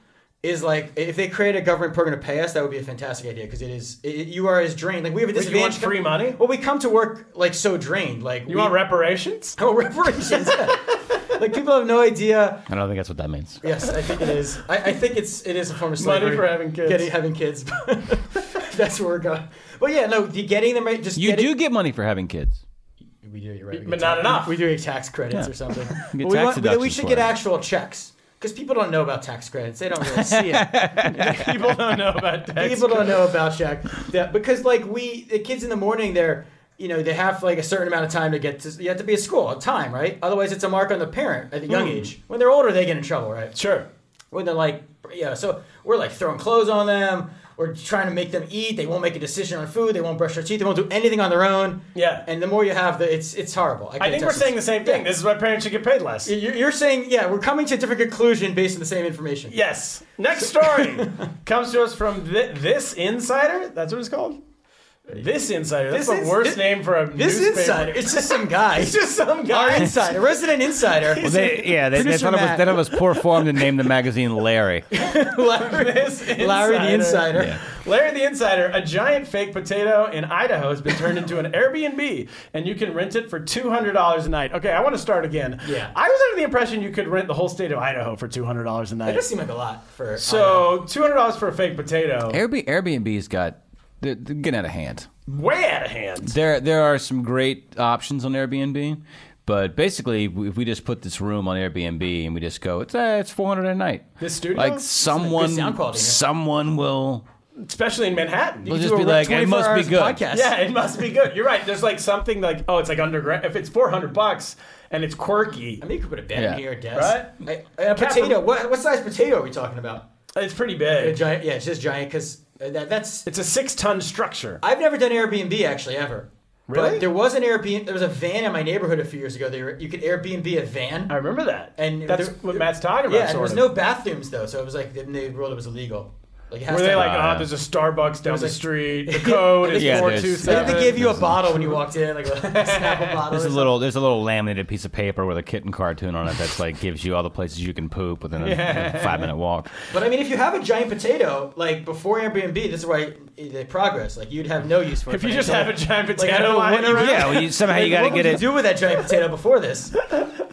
[SPEAKER 6] is like if they create a government program to pay us that would be a fantastic idea because it is it, it- you are as drained like we have a
[SPEAKER 2] Wait, you want
[SPEAKER 6] disadvantage.
[SPEAKER 2] free money?
[SPEAKER 6] Well, we come to work like so drained like
[SPEAKER 2] You want reparations?
[SPEAKER 6] oh, reparations. like people have no idea
[SPEAKER 3] I don't think that's what that means.
[SPEAKER 6] Yes, I think it is. I, I think it's it is a form of
[SPEAKER 2] Money
[SPEAKER 6] slavery.
[SPEAKER 2] for having kids.
[SPEAKER 6] Getting having kids. That's where we're going. But yeah, no, the- getting them right. Just
[SPEAKER 3] You
[SPEAKER 6] getting,
[SPEAKER 3] do get money for having kids.
[SPEAKER 6] We do. You're right. we
[SPEAKER 2] But
[SPEAKER 6] get
[SPEAKER 2] not
[SPEAKER 6] tax-
[SPEAKER 2] enough.
[SPEAKER 6] We do get tax credits
[SPEAKER 3] Yeah.
[SPEAKER 6] or something.
[SPEAKER 3] You get
[SPEAKER 6] But we,
[SPEAKER 3] tax
[SPEAKER 6] want- but we
[SPEAKER 3] deductions
[SPEAKER 6] should
[SPEAKER 3] for
[SPEAKER 6] get
[SPEAKER 3] it.
[SPEAKER 6] actual checks because people don't know about tax credits. They don't really see it.
[SPEAKER 2] People don't know about that.
[SPEAKER 6] people don't know about check that because like we the kids in the morning they're you know they have like a certain amount of time to get to you have to be at school on time right otherwise it's a mark on the parent at a young age when they're older they get in trouble right
[SPEAKER 2] Hmm. Sure.
[SPEAKER 6] when they're like, yeah, so we're like throwing clothes on them. We're trying to make them eat. They won't make a decision on food. They won't brush their teeth. They won't do anything on their own.
[SPEAKER 2] Yeah.
[SPEAKER 6] And the more you have, the it's it's horrible.
[SPEAKER 2] I think we're saying the same thing. This is why parents should get paid less.
[SPEAKER 6] You're you're saying yeah, we're coming to a different conclusion based on the same information.
[SPEAKER 2] Yes. Next story comes to us from thi- this insider. That's what it's called. This insider. That's
[SPEAKER 6] This
[SPEAKER 2] the
[SPEAKER 6] ins-
[SPEAKER 2] worst
[SPEAKER 6] thi-
[SPEAKER 2] name for a
[SPEAKER 6] This
[SPEAKER 2] newspaper.
[SPEAKER 6] insider, it's just some guy.
[SPEAKER 2] It's just some
[SPEAKER 6] our
[SPEAKER 2] guy.
[SPEAKER 6] insider, resident insider.
[SPEAKER 3] Well, they, yeah, they, they
[SPEAKER 6] Producer
[SPEAKER 3] thought it was
[SPEAKER 6] Matt.
[SPEAKER 3] that it was poor form to name the magazine Larry.
[SPEAKER 6] Larry,
[SPEAKER 2] This insider.
[SPEAKER 6] Larry the insider.
[SPEAKER 2] Larry the Insider, a giant fake potato in Idaho has been turned into an Airbnb, and you can rent it for two hundred dollars a night. Okay, I want to start again.
[SPEAKER 6] Yeah.
[SPEAKER 2] I was under the impression you could rent the whole state of Idaho for two hundred dollars a
[SPEAKER 6] It
[SPEAKER 2] night.
[SPEAKER 6] does seem like a lot for
[SPEAKER 2] So two hundred dollars for a fake potato,
[SPEAKER 3] Airbnb, Airbnb's got they're, they're getting out of hand.
[SPEAKER 2] way out of hand.
[SPEAKER 3] There, there are some great options on Airbnb, but basically, if we just put this room on Airbnb and we just go, it's eh, it's four hundred a night.
[SPEAKER 2] This studio?
[SPEAKER 3] like someone,
[SPEAKER 6] sound quality here.
[SPEAKER 3] someone will
[SPEAKER 2] especially in Manhattan.
[SPEAKER 3] will
[SPEAKER 6] You
[SPEAKER 3] just
[SPEAKER 6] do
[SPEAKER 3] be
[SPEAKER 6] a
[SPEAKER 3] like, it
[SPEAKER 6] 24
[SPEAKER 3] must be
[SPEAKER 6] hours
[SPEAKER 3] good.
[SPEAKER 6] podcast.
[SPEAKER 2] Yeah, it must be good. You're right. There's like something like oh, it's like underground. If it's 400 bucks and it's quirky,
[SPEAKER 6] I mean, you could put a bed
[SPEAKER 3] Yeah.
[SPEAKER 6] in here, a desk,
[SPEAKER 2] Right?
[SPEAKER 6] A- a, potato.
[SPEAKER 2] Captain-
[SPEAKER 6] What, what size potato are we talking about?
[SPEAKER 2] it's pretty
[SPEAKER 6] A
[SPEAKER 2] big.
[SPEAKER 6] giant. Yeah, it's just giant because that, that's.
[SPEAKER 2] It's a six ton structure.
[SPEAKER 6] I've never done Airbnb actually ever.
[SPEAKER 2] Really?
[SPEAKER 6] But there was an Airbnb. There was a van in my neighborhood a few years ago. They were, you could Airbnb a van.
[SPEAKER 2] I remember that.
[SPEAKER 6] And
[SPEAKER 2] that's
[SPEAKER 6] there-
[SPEAKER 2] what Matt's talking about.
[SPEAKER 6] yeah, and there
[SPEAKER 2] sort
[SPEAKER 6] was
[SPEAKER 2] of.
[SPEAKER 6] no bathrooms though, so it was like in the world it was illegal. Like it has
[SPEAKER 2] Were
[SPEAKER 6] to
[SPEAKER 2] they
[SPEAKER 6] have-
[SPEAKER 2] like,
[SPEAKER 3] Ah,
[SPEAKER 2] oh, there's a Starbucks down
[SPEAKER 6] was
[SPEAKER 2] the
[SPEAKER 6] like-
[SPEAKER 2] street. The code is
[SPEAKER 3] Yeah, there's-
[SPEAKER 6] I think
[SPEAKER 2] 427.
[SPEAKER 6] they gave you a bottle when you walked in, like a snapple bottle.
[SPEAKER 3] There's
[SPEAKER 6] or
[SPEAKER 3] a little, there's a little laminated piece of paper with a kitten cartoon on it that's like gives you all the places you can poop within a, five minute walk.
[SPEAKER 6] But I mean, if you have a giant potato, like before Airbnb, this is why the progress. Like you'd have no use for it.
[SPEAKER 2] If you
[SPEAKER 6] but
[SPEAKER 2] just
[SPEAKER 6] I
[SPEAKER 2] have a
[SPEAKER 6] don't-
[SPEAKER 2] giant
[SPEAKER 6] like, I don't
[SPEAKER 2] potato
[SPEAKER 6] know
[SPEAKER 2] lying
[SPEAKER 6] what you-
[SPEAKER 2] around.
[SPEAKER 3] Yeah, well, you, somehow you got to
[SPEAKER 6] what
[SPEAKER 3] get
[SPEAKER 6] would you
[SPEAKER 3] it.
[SPEAKER 6] do with that giant potato before this?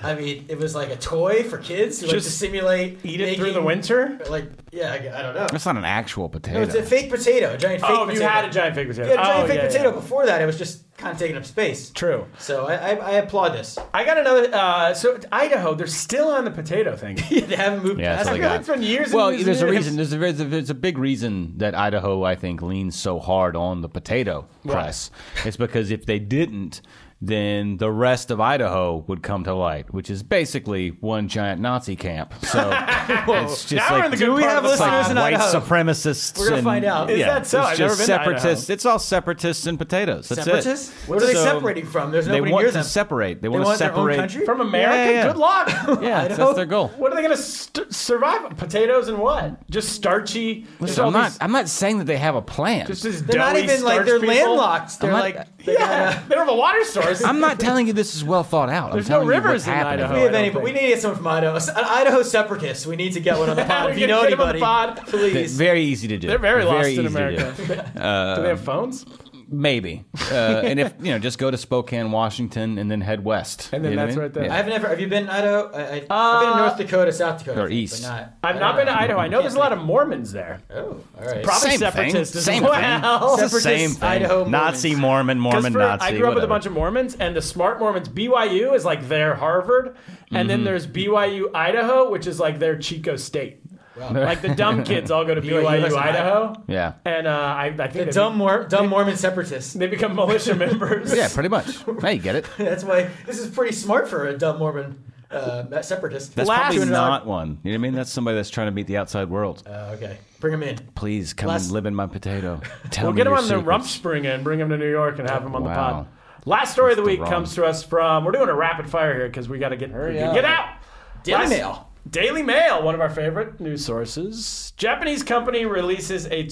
[SPEAKER 6] I mean, it was like a toy for kids who like to
[SPEAKER 2] Just
[SPEAKER 6] simulate
[SPEAKER 2] Eat it through
[SPEAKER 6] making-
[SPEAKER 2] the winter.
[SPEAKER 6] Like, yeah, I, I don't know.
[SPEAKER 3] That's not an actual potato.
[SPEAKER 6] No, it's a fake potato, a giant fake
[SPEAKER 2] Oh,
[SPEAKER 6] potato.
[SPEAKER 2] if you had a giant fake potato.
[SPEAKER 6] Yeah, a giant
[SPEAKER 2] Oh,
[SPEAKER 6] fake
[SPEAKER 2] yeah,
[SPEAKER 6] potato.
[SPEAKER 2] yeah.
[SPEAKER 6] Before that, it was just kind of taking up space.
[SPEAKER 2] True.
[SPEAKER 6] So I, I, I applaud this.
[SPEAKER 2] I got another. Uh, so Idaho, they're still on the potato thing.
[SPEAKER 6] they haven't moved
[SPEAKER 3] Yeah, it's
[SPEAKER 6] past
[SPEAKER 3] like
[SPEAKER 6] it.
[SPEAKER 2] feel
[SPEAKER 3] a-
[SPEAKER 2] like it's been years and
[SPEAKER 3] Well,
[SPEAKER 2] years
[SPEAKER 3] there's
[SPEAKER 2] and
[SPEAKER 3] a
[SPEAKER 2] years.
[SPEAKER 3] reason. There's a, there's, a, there's a big reason that Idaho, I think, leans so hard on the potato press. It's because if they didn't, then the rest of Idaho would come to light, which is basically one giant Nazi camp. So it's just
[SPEAKER 2] Now we're in
[SPEAKER 3] like
[SPEAKER 2] the good Do we part have of the
[SPEAKER 3] it's like
[SPEAKER 2] listeners
[SPEAKER 6] in
[SPEAKER 3] white
[SPEAKER 6] Idaho?
[SPEAKER 3] supremacists.
[SPEAKER 6] We're gonna
[SPEAKER 3] and-
[SPEAKER 6] find out. Is
[SPEAKER 3] yeah,
[SPEAKER 2] that so?
[SPEAKER 3] It's
[SPEAKER 2] I've
[SPEAKER 3] just
[SPEAKER 2] never been to
[SPEAKER 3] separatists. It's all separatists and potatoes. That's
[SPEAKER 6] Separatists?
[SPEAKER 3] it.
[SPEAKER 6] What are they
[SPEAKER 3] So
[SPEAKER 6] separating from? There's
[SPEAKER 3] They
[SPEAKER 6] nobody
[SPEAKER 3] want
[SPEAKER 6] near
[SPEAKER 3] to
[SPEAKER 6] them.
[SPEAKER 3] separate. They,
[SPEAKER 6] They
[SPEAKER 3] want to
[SPEAKER 6] want their own
[SPEAKER 3] separate
[SPEAKER 6] country?
[SPEAKER 2] From America?
[SPEAKER 3] Yeah, yeah.
[SPEAKER 2] Good luck.
[SPEAKER 3] Yeah,
[SPEAKER 6] Idaho?
[SPEAKER 3] that's their goal.
[SPEAKER 2] What are they going to st- survive? Potatoes and what? Just starchy. just
[SPEAKER 3] Listen,
[SPEAKER 2] all
[SPEAKER 3] I'm not.
[SPEAKER 2] these-
[SPEAKER 3] I'm not saying that they have a plan.
[SPEAKER 2] just these
[SPEAKER 6] They're not
[SPEAKER 2] doughy
[SPEAKER 6] even like
[SPEAKER 2] starch
[SPEAKER 6] they're
[SPEAKER 2] people.
[SPEAKER 6] landlocked. They're
[SPEAKER 3] not-
[SPEAKER 6] like they
[SPEAKER 2] Yeah,
[SPEAKER 6] got
[SPEAKER 2] they don't have a water source.
[SPEAKER 6] rivers.
[SPEAKER 3] I'm not telling you this is well thought out. I'm
[SPEAKER 6] There's no
[SPEAKER 3] telling you
[SPEAKER 6] rivers
[SPEAKER 3] what's
[SPEAKER 6] in
[SPEAKER 3] happening.
[SPEAKER 6] Idaho, We have any, but we need to get someone from Idaho. An Idaho separatist. We need to get one on the pod. if
[SPEAKER 2] We
[SPEAKER 6] you know
[SPEAKER 2] gotta get him on
[SPEAKER 6] anybody,
[SPEAKER 2] the pod,
[SPEAKER 3] They're
[SPEAKER 6] please.
[SPEAKER 3] Very easy to do.
[SPEAKER 2] They're very lost
[SPEAKER 3] easy
[SPEAKER 2] in
[SPEAKER 3] to do.
[SPEAKER 2] America.
[SPEAKER 3] Uh,
[SPEAKER 2] Do they have phones?
[SPEAKER 3] Maybe. Uh, and if, you know, just go to Spokane, Washington, and then head west.
[SPEAKER 2] And then
[SPEAKER 3] You know what
[SPEAKER 2] that's
[SPEAKER 3] I mean?
[SPEAKER 2] right there.
[SPEAKER 3] Yeah.
[SPEAKER 6] I've never. Have you been to Idaho? I, I, I've been to North Dakota, South Dakota,
[SPEAKER 3] Or
[SPEAKER 6] I think,
[SPEAKER 3] east.
[SPEAKER 6] But not,
[SPEAKER 2] Uh, I've not been to Idaho. I know there's a lot of Mormons there.
[SPEAKER 6] Oh, all right.
[SPEAKER 2] Probably
[SPEAKER 3] Same thing.
[SPEAKER 2] separatists as
[SPEAKER 3] Same
[SPEAKER 2] well.
[SPEAKER 3] thing. It's the same
[SPEAKER 6] Separatist
[SPEAKER 3] thing.
[SPEAKER 6] Idaho Mormons.
[SPEAKER 3] Nazi Mormon,
[SPEAKER 2] Because
[SPEAKER 3] Mormon
[SPEAKER 2] for-
[SPEAKER 3] Nazi.
[SPEAKER 2] I grew up with a
[SPEAKER 3] whatever.
[SPEAKER 2] bunch of Mormons, and the smart Mormons, BYU is like their Harvard, and
[SPEAKER 3] Mm-hmm.
[SPEAKER 2] then there's BYU Idaho, which is like their Chico State. Like the dumb kids all go to
[SPEAKER 6] BYU
[SPEAKER 2] BYU,
[SPEAKER 6] is in
[SPEAKER 2] Idaho,
[SPEAKER 3] Yeah.
[SPEAKER 2] and uh, I, I think they,
[SPEAKER 6] The dumb, Mor- dumb Mormon separatists.
[SPEAKER 2] they become militia members.
[SPEAKER 3] Yeah, pretty much. Now you get it.
[SPEAKER 6] That's why this is pretty smart for a dumb Mormon uh, separatist.
[SPEAKER 3] That's
[SPEAKER 2] Last-
[SPEAKER 3] probably not one. You know what I mean? That's somebody that's trying to meet the outside world.
[SPEAKER 6] Uh, okay, bring him in.
[SPEAKER 3] Please come
[SPEAKER 6] last-
[SPEAKER 3] and live in my potato. Tell
[SPEAKER 2] We'll
[SPEAKER 3] me
[SPEAKER 2] get him
[SPEAKER 3] your
[SPEAKER 2] on the
[SPEAKER 3] secrets.
[SPEAKER 2] Rumpspring and bring him to New York and have him on the
[SPEAKER 3] Wow.
[SPEAKER 2] pod. Last story of the week
[SPEAKER 3] the wrong-
[SPEAKER 2] comes to us from. We're doing a rapid fire here because we got to get
[SPEAKER 6] up.
[SPEAKER 2] get out.
[SPEAKER 6] Daily
[SPEAKER 2] Last-
[SPEAKER 6] Mail.
[SPEAKER 2] Daily Mail, one of our favorite news sources. Japanese company releases a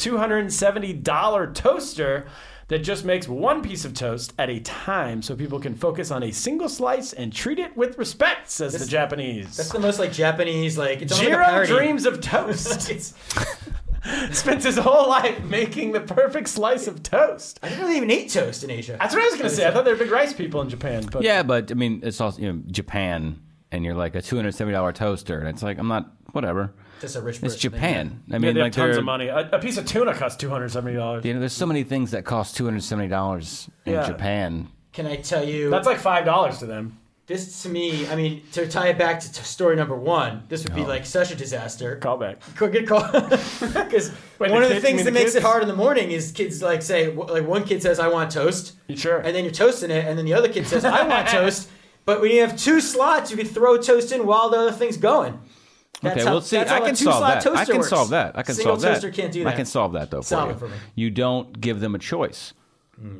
[SPEAKER 2] $270 toaster that just makes one piece of toast at a time so people can focus on a single slice and treat it with respect, says the
[SPEAKER 6] That's
[SPEAKER 2] Japanese.
[SPEAKER 6] the most like Japanese, like it's almost like a
[SPEAKER 2] Jiro
[SPEAKER 6] parody.
[SPEAKER 2] dreams of toast.
[SPEAKER 6] It's,
[SPEAKER 2] Spends his whole life making the perfect slice of toast.
[SPEAKER 6] I don't really even eat toast in Asia.
[SPEAKER 2] That's what I was going to say. I thought they were big rice people in Japan. But
[SPEAKER 3] Yeah, but I mean, it's also you know Japan, and you're like a two hundred seventy dollar toaster, and it's like I'm not whatever.
[SPEAKER 6] Just a rich.
[SPEAKER 3] It's
[SPEAKER 6] person thing.
[SPEAKER 3] Japan. I
[SPEAKER 2] Yeah,
[SPEAKER 3] mean,
[SPEAKER 2] they
[SPEAKER 3] like
[SPEAKER 2] have tons
[SPEAKER 3] they're-
[SPEAKER 2] of money. A, a piece of tuna costs two hundred seventy dollars.
[SPEAKER 3] You know, there's so many things that cost two hundred seventy dollars in
[SPEAKER 2] Yeah.
[SPEAKER 3] Japan.
[SPEAKER 6] Can I tell you?
[SPEAKER 2] That's like five dollars to them.
[SPEAKER 6] this to me. I mean, to tie it back to t- story number one, this would be like such a disaster.
[SPEAKER 2] Callback.
[SPEAKER 6] Co- Good call. Because
[SPEAKER 2] Wait,
[SPEAKER 6] one
[SPEAKER 2] the
[SPEAKER 6] of the
[SPEAKER 2] kid-
[SPEAKER 6] things
[SPEAKER 2] you mean
[SPEAKER 6] that
[SPEAKER 2] the
[SPEAKER 6] makes
[SPEAKER 2] kids?
[SPEAKER 6] it hard in the morning is kids like say w- like one kid says I want toast,
[SPEAKER 2] Sure.
[SPEAKER 6] and then you're toasting it, and then the other kid says I want toast, but when you have two slots, you can throw toast in while the other thing's going. That's
[SPEAKER 3] okay,
[SPEAKER 6] how-
[SPEAKER 3] we'll see.
[SPEAKER 6] that's
[SPEAKER 3] I
[SPEAKER 6] how a
[SPEAKER 3] can solve
[SPEAKER 6] two-slot
[SPEAKER 3] that. I
[SPEAKER 6] toaster
[SPEAKER 3] can
[SPEAKER 6] works.
[SPEAKER 3] solve that. I can
[SPEAKER 6] Single
[SPEAKER 3] solve that.
[SPEAKER 6] toaster can't do
[SPEAKER 3] I
[SPEAKER 6] that.
[SPEAKER 3] can solve that though for
[SPEAKER 6] Solve
[SPEAKER 3] you.
[SPEAKER 6] it for me.
[SPEAKER 3] You don't give them a choice.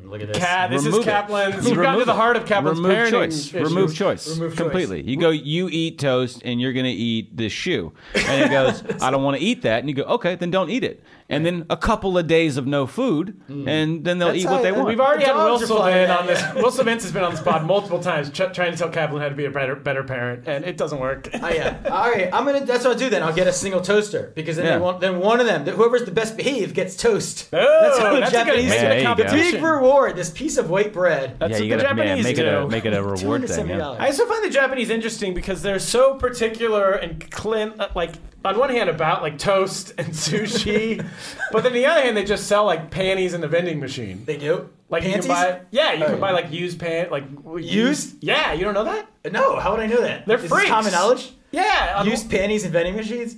[SPEAKER 6] Look at this.
[SPEAKER 2] Cat, this
[SPEAKER 3] Remove
[SPEAKER 2] is
[SPEAKER 3] it.
[SPEAKER 2] Kaplan's. You've
[SPEAKER 3] Remove
[SPEAKER 2] gotten to the
[SPEAKER 3] it.
[SPEAKER 2] heart of Kaplan's
[SPEAKER 3] Remove
[SPEAKER 2] parenting
[SPEAKER 3] choice.
[SPEAKER 2] issues.
[SPEAKER 3] Remove choice.
[SPEAKER 6] Remove choice.
[SPEAKER 3] completely. You go. You eat toast, and you're going to eat this shoe. And it goes. I don't want to eat that. And you go. Okay, then don't eat it. And then a couple of days of no food, and then they'll
[SPEAKER 6] That's
[SPEAKER 3] eat what
[SPEAKER 6] how-
[SPEAKER 3] they
[SPEAKER 6] and
[SPEAKER 3] want.
[SPEAKER 2] Hmm. We've already
[SPEAKER 6] The
[SPEAKER 2] had
[SPEAKER 6] dogs
[SPEAKER 2] Will
[SPEAKER 6] are flying
[SPEAKER 2] Sylvan
[SPEAKER 6] out,
[SPEAKER 2] on this. Will Sylvan's has been on this pod multiple times, ch- trying to tell Kaplan how to be a better, better parent, and it doesn't work.
[SPEAKER 6] Oh, yeah. All right. I'm gonna. That's what I'll do then. I'll get a single toaster because then
[SPEAKER 3] Yeah.
[SPEAKER 6] they won't, then one of them, whoever's the best behaved, gets toast.
[SPEAKER 2] Oh, that's
[SPEAKER 6] how the
[SPEAKER 2] that's a good
[SPEAKER 6] Japanese
[SPEAKER 2] make
[SPEAKER 3] do
[SPEAKER 2] it a
[SPEAKER 3] it. Yeah, there you go.
[SPEAKER 2] competition.
[SPEAKER 6] Big reward. This piece of white bread.
[SPEAKER 2] That's
[SPEAKER 3] yeah,
[SPEAKER 2] what
[SPEAKER 3] you
[SPEAKER 2] the
[SPEAKER 3] gotta yeah,
[SPEAKER 2] Japanese
[SPEAKER 3] make
[SPEAKER 2] do.
[SPEAKER 3] it a make it a reward thing. yeah.
[SPEAKER 6] $270.
[SPEAKER 2] I also find the Japanese interesting because they're so particular and clean, uh, like on one hand about like toast and sushi, but then the other hand they just sell like panties in the vending machine.
[SPEAKER 6] They do.
[SPEAKER 2] Like
[SPEAKER 6] panties?
[SPEAKER 2] you can buy, yeah, you
[SPEAKER 6] Oh,
[SPEAKER 2] can buy
[SPEAKER 6] yeah.
[SPEAKER 2] like used pant, like
[SPEAKER 6] Used? Uh,
[SPEAKER 2] Yeah, you don't know that?
[SPEAKER 6] No. How would I know that?
[SPEAKER 2] They're
[SPEAKER 6] Is this
[SPEAKER 2] freaks.
[SPEAKER 6] common knowledge.
[SPEAKER 2] Yeah, on-
[SPEAKER 6] Used panties and vending machines.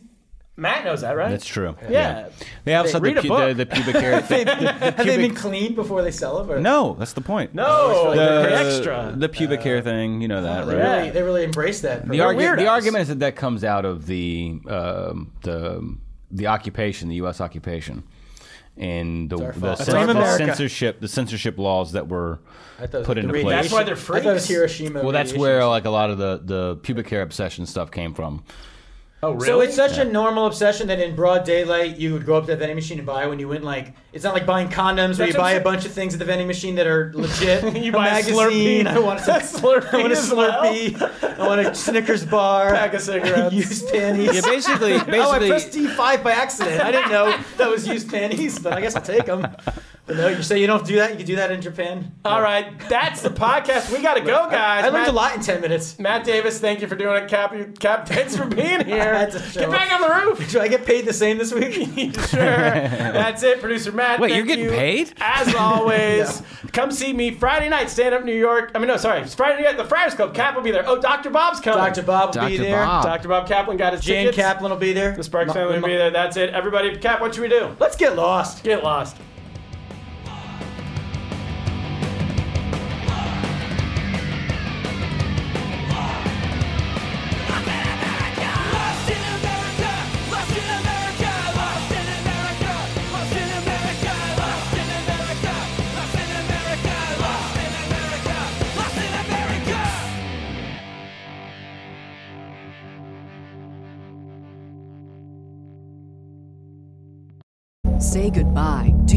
[SPEAKER 2] Matt knows that, right?
[SPEAKER 3] That's true.
[SPEAKER 2] Yeah.
[SPEAKER 3] They have
[SPEAKER 2] Hey, read
[SPEAKER 3] something
[SPEAKER 2] a
[SPEAKER 3] the, pu-
[SPEAKER 2] book.
[SPEAKER 3] the, the pubic hair.
[SPEAKER 6] Have they been cleaned before they sell them? Or?
[SPEAKER 3] no, that's the point.
[SPEAKER 2] No,
[SPEAKER 3] the,
[SPEAKER 2] they're extra.
[SPEAKER 3] The pubic hair thing, you know that,
[SPEAKER 6] They
[SPEAKER 3] right?
[SPEAKER 6] really, they really embrace that.
[SPEAKER 3] The, argu-
[SPEAKER 2] weirdos.
[SPEAKER 3] the argument is that that comes out of the um, the the occupation, the U.S. occupation, and the, the,
[SPEAKER 6] fault. It's
[SPEAKER 3] cens-
[SPEAKER 6] our
[SPEAKER 3] the
[SPEAKER 6] fault.
[SPEAKER 3] censorship the censorship laws that were
[SPEAKER 6] I thought it was
[SPEAKER 3] put
[SPEAKER 6] the
[SPEAKER 3] into
[SPEAKER 6] radiation-
[SPEAKER 3] place.
[SPEAKER 2] That's why they're
[SPEAKER 6] I thought it was
[SPEAKER 2] freaks.
[SPEAKER 6] Hiroshima.
[SPEAKER 3] well, that's
[SPEAKER 6] radiation.
[SPEAKER 3] where like a lot of the, the pubic hair obsession stuff came from.
[SPEAKER 2] oh, really?
[SPEAKER 6] So it's such a normal obsession that in broad daylight you would go up to the vending machine and buy when you went like it's not like buying condoms where
[SPEAKER 2] That's
[SPEAKER 6] you
[SPEAKER 2] what
[SPEAKER 6] buy
[SPEAKER 2] I'm
[SPEAKER 6] a
[SPEAKER 2] sa-
[SPEAKER 6] bunch of things at the vending machine that are legit.
[SPEAKER 2] You buy a
[SPEAKER 6] magazine.
[SPEAKER 2] Slurpee.
[SPEAKER 6] I want a
[SPEAKER 2] A Slurpee
[SPEAKER 6] I want a
[SPEAKER 2] as well.
[SPEAKER 6] Slurpee. I want a Snickers bar.
[SPEAKER 2] Pack of cigarettes.
[SPEAKER 6] used panties.
[SPEAKER 3] Yeah, basically, basically,
[SPEAKER 6] oh, I pressed D5 by accident. I didn't know that was used panties, but I guess I'll take them. But no, you say you don't do that. You can do that in Japan.
[SPEAKER 2] All right, that's the podcast. We gotta go, guys.
[SPEAKER 6] I learned
[SPEAKER 2] Matt-
[SPEAKER 6] a lot in ten minutes.
[SPEAKER 2] Matt Davis, thank you for doing it, Cap. You- Cap, thanks for being here.
[SPEAKER 6] had to show
[SPEAKER 2] Get back on
[SPEAKER 6] up.
[SPEAKER 2] the roof.
[SPEAKER 6] Do I get paid the same this week?
[SPEAKER 2] sure. That's it, producer Matt.
[SPEAKER 3] Wait, you're
[SPEAKER 2] thank
[SPEAKER 3] getting
[SPEAKER 2] you.
[SPEAKER 3] paid?
[SPEAKER 2] As always, come see me Friday night, stand up New York. I mean, no, sorry, it's Friday night at the Friars Club. Cap will be there. Oh, Dr. Bob's coming.
[SPEAKER 6] Dr. Bob will be
[SPEAKER 3] Dr.
[SPEAKER 6] there.
[SPEAKER 3] Bob.
[SPEAKER 2] Dr. Bob Kaplan got his
[SPEAKER 6] Jan
[SPEAKER 2] tickets.
[SPEAKER 6] Kaplan will be there.
[SPEAKER 2] The Sparks family will be there. That's it. Everybody, Cap, what should we do?
[SPEAKER 6] Let's get lost.
[SPEAKER 2] Get lost.
[SPEAKER 5] Lost in America, lost in America, lost in America, lost in America, lost in America, lost in America, lost in America, lost in America.
[SPEAKER 7] Say goodbye to